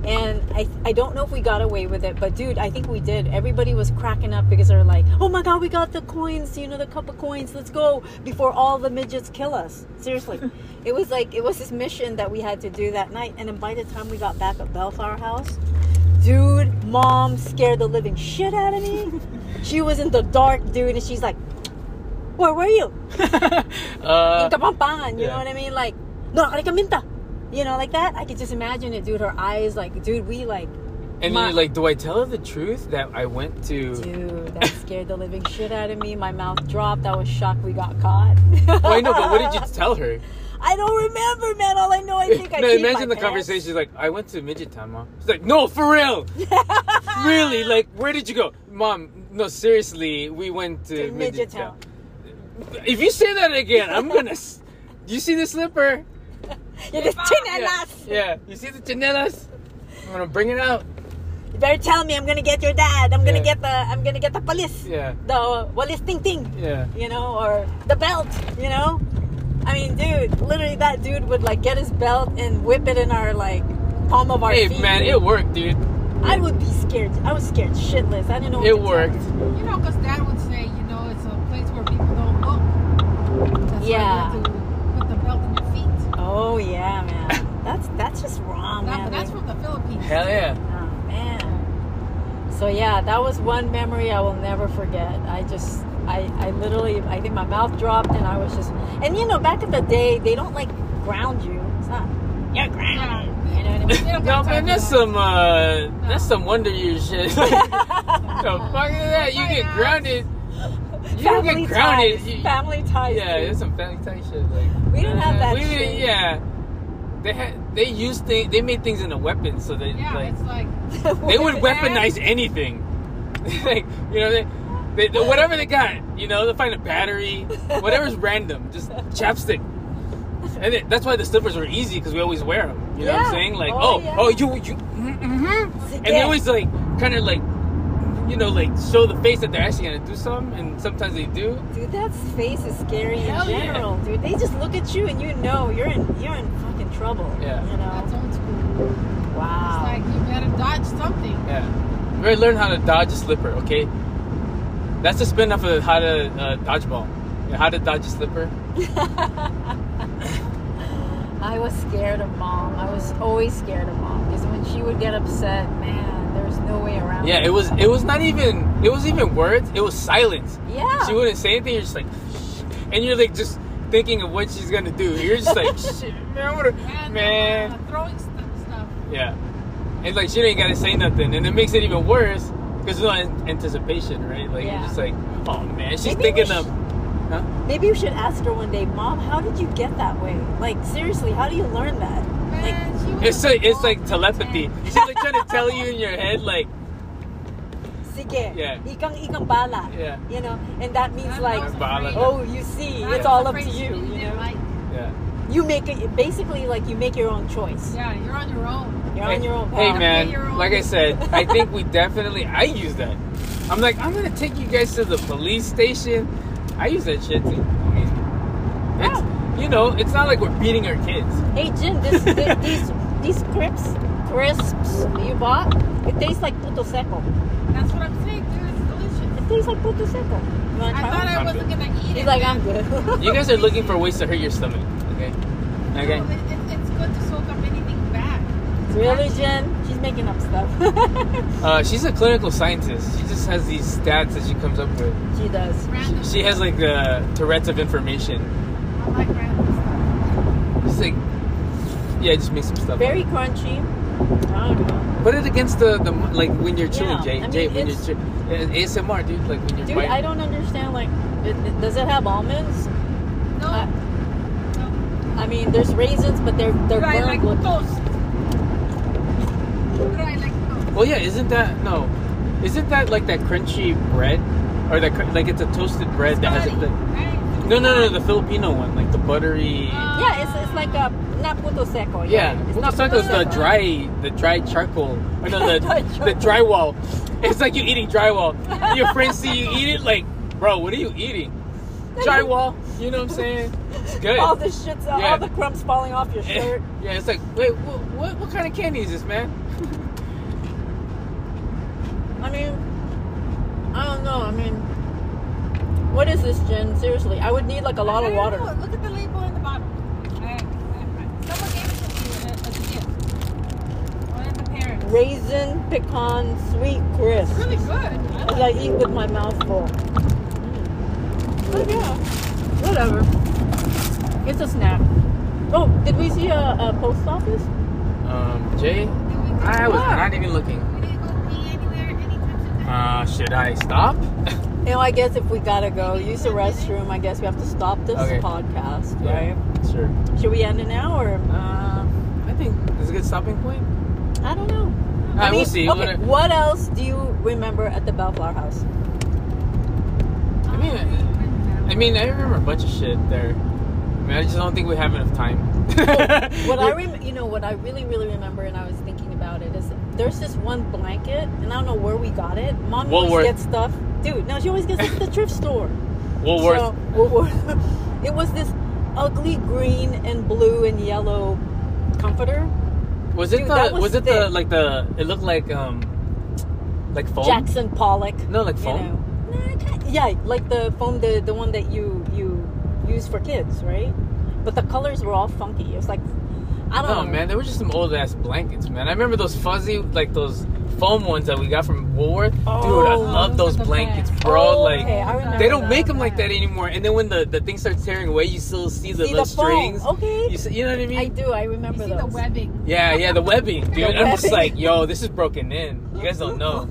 [SPEAKER 5] And I, I don't know if we got away with it, but dude, I think we did. Everybody was cracking up because they're like, oh my god, we got the coins, you know, the cup of coins, let's go before all the midgets kill us. Seriously. it was like, it was this mission that we had to do that night. And then by the time we got back at Bellflower House, dude, mom scared the living shit out of me. she was in the dark, dude, and she's like, where were you?
[SPEAKER 4] Uh,
[SPEAKER 5] in Kapampangan, you
[SPEAKER 4] yeah.
[SPEAKER 5] know what I mean? Like, no, kami minta. You know, like that. I could just imagine it, dude. Her eyes, like, dude, we like,
[SPEAKER 4] And
[SPEAKER 5] My-
[SPEAKER 4] then you're like, do I tell her the truth that I went to?
[SPEAKER 5] Dude, that scared the living shit out of me. My mouth dropped. I was shocked we got caught.
[SPEAKER 4] Well, I know, but what did you tell her?
[SPEAKER 5] I don't remember, man. All I know, I think I.
[SPEAKER 4] no,
[SPEAKER 5] peed my
[SPEAKER 4] imagine the
[SPEAKER 5] pants.
[SPEAKER 4] conversation. She's like, I went to midget time, mom. She's like, no, for real, really? Like, where did you go, mom? No, seriously, we went to
[SPEAKER 5] To
[SPEAKER 4] midget,
[SPEAKER 5] Midget
[SPEAKER 4] town. If you say that again, I'm gonna. S- you see the slipper?
[SPEAKER 5] You're just chin
[SPEAKER 4] Yeah. Yeah. You see the chinelas? I'm gonna bring it out.
[SPEAKER 5] You better tell me. I'm gonna get your dad. I'm gonna
[SPEAKER 4] Yeah.
[SPEAKER 5] get the. I'm gonna get the police.
[SPEAKER 4] Yeah.
[SPEAKER 5] The police ting ting.
[SPEAKER 4] Yeah.
[SPEAKER 5] you know, or the belt, you know? I mean, dude, literally that dude would like get his belt and whip it in our like palm of our
[SPEAKER 4] Hey,
[SPEAKER 5] feet.
[SPEAKER 4] man, it worked, dude.
[SPEAKER 5] I would be scared. I was scared shitless. I didn't know. What
[SPEAKER 4] It
[SPEAKER 5] to
[SPEAKER 4] worked.
[SPEAKER 6] You know, because dad would say, you know, it's a place where people don't look. That's
[SPEAKER 5] Yeah.
[SPEAKER 6] why you have to put the belt in your feet.
[SPEAKER 5] Tell. Oh yeah, man. That's that's just wrong,
[SPEAKER 6] That-
[SPEAKER 5] man.
[SPEAKER 6] that's from the Philippines.
[SPEAKER 4] Hell yeah.
[SPEAKER 5] oh man. So yeah, that was one memory I will never forget. I just. I, I literally I think my mouth dropped and I was just and you know back in the day they don't like ground you it's not you're grounded you know what I mean
[SPEAKER 6] They don't
[SPEAKER 4] No, man,
[SPEAKER 6] got time for
[SPEAKER 4] that's
[SPEAKER 6] that.
[SPEAKER 4] some uh, that's some Wonder Years shit. the fuck is that? You get
[SPEAKER 6] Finance.
[SPEAKER 4] grounded. You don't get grounded.
[SPEAKER 5] Ties,
[SPEAKER 4] You-
[SPEAKER 5] family ties.
[SPEAKER 4] yeah,
[SPEAKER 5] dude.
[SPEAKER 4] it's some family type shit. Like uh,
[SPEAKER 5] We didn't have that
[SPEAKER 4] we didn't-
[SPEAKER 5] shit.
[SPEAKER 4] Yeah, they had they used things. They made things into weapons, so they
[SPEAKER 6] Yeah,
[SPEAKER 4] like
[SPEAKER 6] it's like,
[SPEAKER 4] they would
[SPEAKER 5] Weapon-
[SPEAKER 4] weaponize anything. like you know, they, they, they- whatever they got, you know, they'll find a battery, whatever's random, just chapstick. And it, that's why the slippers were easy because we always wear them. You know what
[SPEAKER 5] Yeah.
[SPEAKER 4] I'm saying? Like,
[SPEAKER 5] Oh,
[SPEAKER 4] oh, oh,
[SPEAKER 5] yeah.
[SPEAKER 4] you, you, mm-hmm. and they
[SPEAKER 5] Yeah.
[SPEAKER 4] always like kind of like, you know, like show the face that they're actually gonna do something, and sometimes they do.
[SPEAKER 5] Dude, that face is scary
[SPEAKER 4] Hell
[SPEAKER 5] in
[SPEAKER 4] yeah.
[SPEAKER 5] general, dude. They just look at you and you know you're in you're in fucking trouble.
[SPEAKER 4] Yeah.
[SPEAKER 5] You
[SPEAKER 6] that's
[SPEAKER 5] know.
[SPEAKER 6] old school. It's
[SPEAKER 5] Wow.
[SPEAKER 6] like, you better dodge something.
[SPEAKER 4] Yeah, we gotta learn how to dodge a slipper. Okay, that's a spin off of how to uh, dodgeball. Yeah, how to dodge a slipper.
[SPEAKER 5] I was scared of mom. I was always scared of mom because when she would get upset, man, there was no way around.
[SPEAKER 4] Yeah, it was it was not even it was even words. It was silence.
[SPEAKER 5] Yeah.
[SPEAKER 4] She wouldn't say anything. You're just like, and you're like just thinking of what she's gonna do. You're just like, shit, man, what a,
[SPEAKER 6] And,
[SPEAKER 4] man.
[SPEAKER 6] Uh, throwing st- stuff.
[SPEAKER 4] Yeah, and like she didn't gotta say nothing, and it makes it even worse because no an- anticipation, right? Like
[SPEAKER 5] Yeah.
[SPEAKER 4] you're just like, oh man, she's
[SPEAKER 5] Maybe we
[SPEAKER 4] thinking
[SPEAKER 5] sh-
[SPEAKER 4] of. Huh?
[SPEAKER 5] Maybe you should ask her one day, Mom, how did you get that way? Like seriously, how do you learn that?
[SPEAKER 6] Man, she
[SPEAKER 4] It's
[SPEAKER 6] was a
[SPEAKER 4] like it's like
[SPEAKER 5] Oh,
[SPEAKER 6] dog.
[SPEAKER 4] telepathy. She's like trying to tell you in your head, like
[SPEAKER 5] Sige.
[SPEAKER 4] Yeah.
[SPEAKER 5] Ikang ikang bala.
[SPEAKER 4] Yeah.
[SPEAKER 5] You know, and that means
[SPEAKER 6] That
[SPEAKER 5] like,
[SPEAKER 6] was
[SPEAKER 4] Violent.
[SPEAKER 6] afraid.
[SPEAKER 5] oh, you see,
[SPEAKER 6] That was
[SPEAKER 5] it's all up to you.
[SPEAKER 6] afraid she
[SPEAKER 5] you
[SPEAKER 6] didn't
[SPEAKER 5] know?
[SPEAKER 6] like.
[SPEAKER 4] yeah.
[SPEAKER 5] you make it basically like you make your own choice.
[SPEAKER 6] Yeah, you're on your own.
[SPEAKER 5] You're on
[SPEAKER 4] Hey-
[SPEAKER 5] your own path.
[SPEAKER 4] Hey
[SPEAKER 6] You're
[SPEAKER 4] man,
[SPEAKER 6] on
[SPEAKER 4] like I
[SPEAKER 6] your
[SPEAKER 4] said, I think we definitely I use that. I'm like, I'm gonna take you guys to the police station. I use that shit too. I mean, it's you know, it's not like we're beating our kids.
[SPEAKER 5] Hey Jim, this, thi- these these crisps crisps you bought, it tastes like puto seco.
[SPEAKER 6] That's what I'm saying, dude. It's delicious.
[SPEAKER 5] It tastes like puto seco. You want
[SPEAKER 6] I
[SPEAKER 5] to
[SPEAKER 6] thought
[SPEAKER 5] try?
[SPEAKER 6] I
[SPEAKER 4] I'm
[SPEAKER 6] wasn't gonna
[SPEAKER 5] it?
[SPEAKER 6] eat it.
[SPEAKER 5] He's like,
[SPEAKER 6] man.
[SPEAKER 5] I'm good.
[SPEAKER 4] You guys are looking for ways to hurt your stomach. Okay. Okay.
[SPEAKER 6] No, it, it, it's good to soak up anything back.
[SPEAKER 5] really, Jen? She's making up stuff.
[SPEAKER 4] Uh, she's a clinical scientist. She just has these stats that she comes up with.
[SPEAKER 5] she does.
[SPEAKER 6] Random.
[SPEAKER 4] She has like the Tourette's of information.
[SPEAKER 6] I like random stuff.
[SPEAKER 4] She's like, yeah, just make some stuff. up.
[SPEAKER 5] Very crunchy. I don't know.
[SPEAKER 4] Put it against the, the like when you're chewing,
[SPEAKER 5] Yeah,
[SPEAKER 4] Jay.
[SPEAKER 5] I mean,
[SPEAKER 4] Jay, when you're
[SPEAKER 5] it's-
[SPEAKER 4] chewing, ASMR, dude. Like when you're
[SPEAKER 5] Dude,
[SPEAKER 4] biting.
[SPEAKER 5] I don't understand. Like, it, it- does it have almonds?
[SPEAKER 6] No,
[SPEAKER 5] I-
[SPEAKER 6] no.
[SPEAKER 5] I mean, there's raisins, but they're they're
[SPEAKER 6] Do I
[SPEAKER 5] burned
[SPEAKER 6] like
[SPEAKER 5] looking.
[SPEAKER 6] toast? Do I like toast?
[SPEAKER 4] Well, yeah, isn't that no? Isn't that like that crunchy bread, or that cr- like it's a toasted bread that has the
[SPEAKER 6] Right?
[SPEAKER 4] no, no, no, the Filipino one, like the buttery.
[SPEAKER 6] Uh,
[SPEAKER 5] Yeah, it's, it's like a not puto seco.
[SPEAKER 4] yeah,
[SPEAKER 5] Oh, it's
[SPEAKER 4] it's
[SPEAKER 5] puto
[SPEAKER 4] like those the
[SPEAKER 5] seco.
[SPEAKER 4] dry, the dry charcoal, or no, the
[SPEAKER 5] Dry
[SPEAKER 4] the drywall. It's like you eating drywall. Your friends see you eat it, like, bro, what are you eating? Drywall. You know what I'm saying? It's good.
[SPEAKER 5] All the shits, uh,
[SPEAKER 4] Yeah. Eh.
[SPEAKER 5] all the crumbs falling off your shirt.
[SPEAKER 4] yeah, it's like, wait, what, what, what kind of candy is this, man?
[SPEAKER 5] I mean, I don't know. I mean, what is this, Jen? Seriously, I would need like a lot
[SPEAKER 6] I
[SPEAKER 5] of
[SPEAKER 6] don't
[SPEAKER 5] water.
[SPEAKER 6] know. Look at the label in the bottom. I- I- Someone gave it to me as a gift. One of the parents.
[SPEAKER 5] Raisin pecan sweet crisp.
[SPEAKER 6] It's really good. I
[SPEAKER 5] As
[SPEAKER 6] like
[SPEAKER 5] I eat with my mouth full. But yeah, whatever. It's a snack. Oh, did we see a, a post office?
[SPEAKER 4] Um, Jay,
[SPEAKER 6] it.
[SPEAKER 4] I was
[SPEAKER 5] What?
[SPEAKER 4] not even looking.
[SPEAKER 6] We didn't
[SPEAKER 4] Uh, should I stop?
[SPEAKER 5] You know, I guess if we gotta go use the restroom, I guess we have to stop this
[SPEAKER 4] Okay.
[SPEAKER 5] podcast,
[SPEAKER 4] Yeah,
[SPEAKER 5] right?
[SPEAKER 4] sure.
[SPEAKER 5] Should we end it now or?
[SPEAKER 4] Uh, I think it's a good stopping point.
[SPEAKER 5] I don't know.
[SPEAKER 4] Alright, we'll see.
[SPEAKER 5] Okay,
[SPEAKER 4] We're gonna-
[SPEAKER 5] what else do you remember at the Bellflower House?
[SPEAKER 4] I mean, I, I mean, I remember a bunch of shit there. I mean, I just don't think we have enough time.
[SPEAKER 5] What I rem- you know, what I really, really remember, and I was thinking about it is there's this one blanket, and I don't know where we got it. Mom
[SPEAKER 4] Woolworth.
[SPEAKER 5] always gets stuff, dude. No, she always gets it at the thrift store.
[SPEAKER 4] Woolworth.
[SPEAKER 5] So, Woolworth. it was this ugly green and blue and yellow comforter,
[SPEAKER 4] was it
[SPEAKER 5] Dude,
[SPEAKER 4] the?
[SPEAKER 5] that
[SPEAKER 4] Was,
[SPEAKER 5] was
[SPEAKER 4] it the
[SPEAKER 5] thick.
[SPEAKER 4] like the? It looked like um, like foam.
[SPEAKER 5] Jackson Pollock.
[SPEAKER 4] No, like
[SPEAKER 5] you
[SPEAKER 4] foam.
[SPEAKER 5] know. Nah, ki- Yeah, like the foam, the the one that you you use for kids, right? But the colors were all funky. It was like I don't
[SPEAKER 4] No,
[SPEAKER 5] know.
[SPEAKER 4] Oh, man, they were just some old ass blankets, man. I remember those fuzzy, like those foam ones that we got from Woolworth. Dude, I
[SPEAKER 5] Oh.
[SPEAKER 4] love those
[SPEAKER 6] Those are the
[SPEAKER 4] blankets,
[SPEAKER 6] best.
[SPEAKER 4] bro.
[SPEAKER 5] Oh,
[SPEAKER 4] like,
[SPEAKER 5] okay, I remember
[SPEAKER 4] they don't
[SPEAKER 5] that.
[SPEAKER 4] make them like that anymore. And then when the, the thing starts tearing away, you still see the
[SPEAKER 5] See
[SPEAKER 4] little
[SPEAKER 5] the foam.
[SPEAKER 4] strings.
[SPEAKER 5] Okay.
[SPEAKER 4] You, see, you know what I mean?
[SPEAKER 5] I do. I remember
[SPEAKER 6] see
[SPEAKER 5] those.
[SPEAKER 6] the webbing.
[SPEAKER 4] Yeah, yeah, the webbing, dude. I'm just
[SPEAKER 5] webbing.
[SPEAKER 4] like, yo, this is broken in. You guys don't know.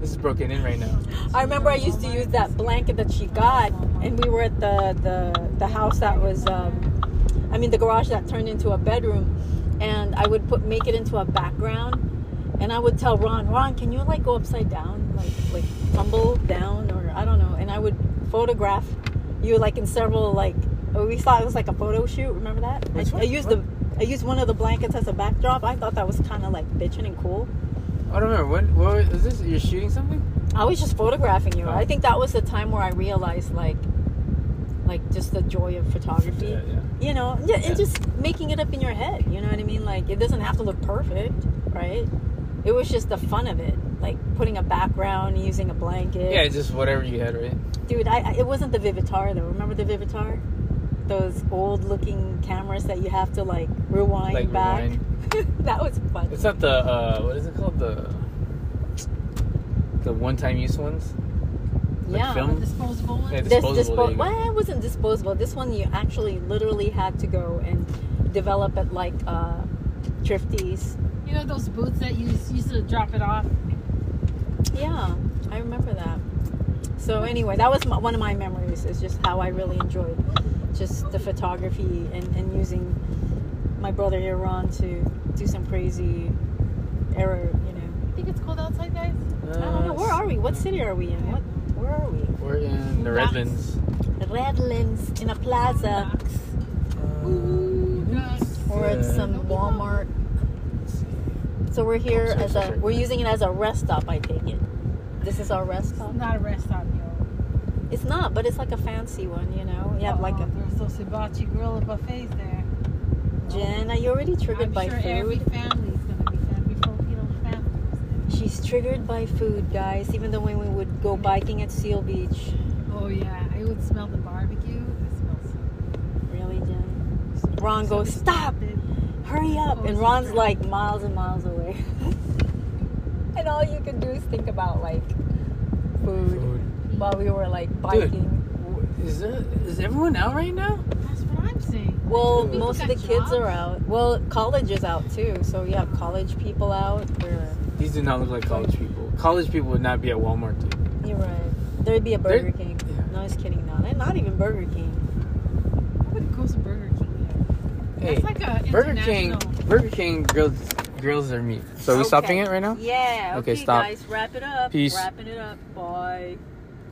[SPEAKER 4] This is broken in right now.
[SPEAKER 5] I remember I used to use that blanket that she got, and we were at the the, the house that was, um, I mean, the garage that turned into a bedroom, and I would put make it into a background, and I would tell Ron, Ron, can you like go upside down, like like tumble down, or I don't know, and I would photograph you like in several like we thought it was like a photo shoot. Remember that? I,
[SPEAKER 4] Which one?
[SPEAKER 5] I used the I used one of the blankets as a backdrop. I thought that was kind of like bitching and cool.
[SPEAKER 4] I don't remember. When, what was, is this? You're shooting something?
[SPEAKER 5] I was just photographing you.
[SPEAKER 4] Oh.
[SPEAKER 5] I think that was the time where I realized like like just the joy of photography.
[SPEAKER 4] Yeah, yeah.
[SPEAKER 5] You know, yeah,
[SPEAKER 4] Yeah.
[SPEAKER 5] and just making it up in your head, you know what I mean? Like it doesn't have to look perfect, right? It was just the fun of it. Like putting a background, using a blanket.
[SPEAKER 4] Yeah, it's just whatever you had, right?
[SPEAKER 5] Dude, I, I it wasn't the Vivitar though. Remember the Vivitar? Those old looking cameras that you have to like rewind
[SPEAKER 4] Like
[SPEAKER 5] back.
[SPEAKER 4] rewind.
[SPEAKER 5] that was fun.
[SPEAKER 4] It's not the uh, what is it called? The the one-time use ones. like
[SPEAKER 5] yeah.
[SPEAKER 4] film?
[SPEAKER 6] The disposable one.
[SPEAKER 4] Yeah,
[SPEAKER 5] this
[SPEAKER 4] disposable.
[SPEAKER 5] disposable. Well, it wasn't disposable. This one you actually literally had to go and develop at like uh, thrifties.
[SPEAKER 6] You know those boots that you s- used to drop it off?
[SPEAKER 5] Yeah, I remember that. So anyway, that was my, one of my memories. Is just how I really enjoyed just the photography and, and using my brother Iran to do some crazy error. You know,
[SPEAKER 6] I think it's cold outside, guys.
[SPEAKER 4] Uh,
[SPEAKER 5] I don't know. Where are we? What city are we in? What? Where are we?
[SPEAKER 4] We're in the
[SPEAKER 6] Rocks.
[SPEAKER 4] Redlands.
[SPEAKER 5] Redlands in a plaza
[SPEAKER 6] Rocks.
[SPEAKER 4] Uh,
[SPEAKER 6] Ooh, rocks.
[SPEAKER 5] or at some Walmart. So we're here
[SPEAKER 4] Sorry,
[SPEAKER 5] as
[SPEAKER 4] sorry,
[SPEAKER 5] a
[SPEAKER 4] sorry.
[SPEAKER 5] we're using it as a rest stop. I take it. This is our rest stop.
[SPEAKER 6] Not a rest stop, yo.
[SPEAKER 5] It's not, but it's like a fancy one, you know. You have like
[SPEAKER 6] Uh-oh,
[SPEAKER 5] a
[SPEAKER 6] Uh-uh. There's those hibachi gorilla buffets there.
[SPEAKER 5] Jen. Are you already triggered
[SPEAKER 6] I'm
[SPEAKER 5] by
[SPEAKER 6] sure every
[SPEAKER 5] food?
[SPEAKER 6] family's gonna be every Filipino family.
[SPEAKER 5] She's triggered by food, guys. Even though when we would go biking at Seal Beach,
[SPEAKER 6] Oh yeah, I would smell the barbecue. It smells
[SPEAKER 5] really, Jen.
[SPEAKER 6] so good.
[SPEAKER 5] Ron goes, "Stop
[SPEAKER 6] it.
[SPEAKER 5] Hurry up! And
[SPEAKER 6] Always
[SPEAKER 5] Ron's
[SPEAKER 6] triggered.
[SPEAKER 5] like miles and miles away. and all you could do is think about like food
[SPEAKER 4] Food.
[SPEAKER 5] while we were like biking.
[SPEAKER 4] Is there, is everyone out right now?
[SPEAKER 6] That's what I'm saying.
[SPEAKER 5] Well,
[SPEAKER 6] People
[SPEAKER 5] most of the
[SPEAKER 6] got
[SPEAKER 5] kids are
[SPEAKER 6] jobs.
[SPEAKER 5] out. Well, college is out too, so you have college people out. Where
[SPEAKER 4] These do not look like college people. College people would not be at Walmart, dude.
[SPEAKER 5] you're right, there'd be a
[SPEAKER 4] There-
[SPEAKER 5] Burger King.
[SPEAKER 4] yeah.
[SPEAKER 5] No, I was kidding. Not not even Burger King.
[SPEAKER 6] Nobody goes to Burger King. Yet.
[SPEAKER 4] Hey,
[SPEAKER 6] That's like a
[SPEAKER 4] Burger King.
[SPEAKER 6] international-
[SPEAKER 4] Burger King grills grills their meat. So we
[SPEAKER 5] Okay.
[SPEAKER 4] stopping it right now?
[SPEAKER 5] Yeah.
[SPEAKER 4] Okay, stop.
[SPEAKER 5] Guys, wrap it up.
[SPEAKER 4] Peace.
[SPEAKER 5] Wrapping it up. Bye.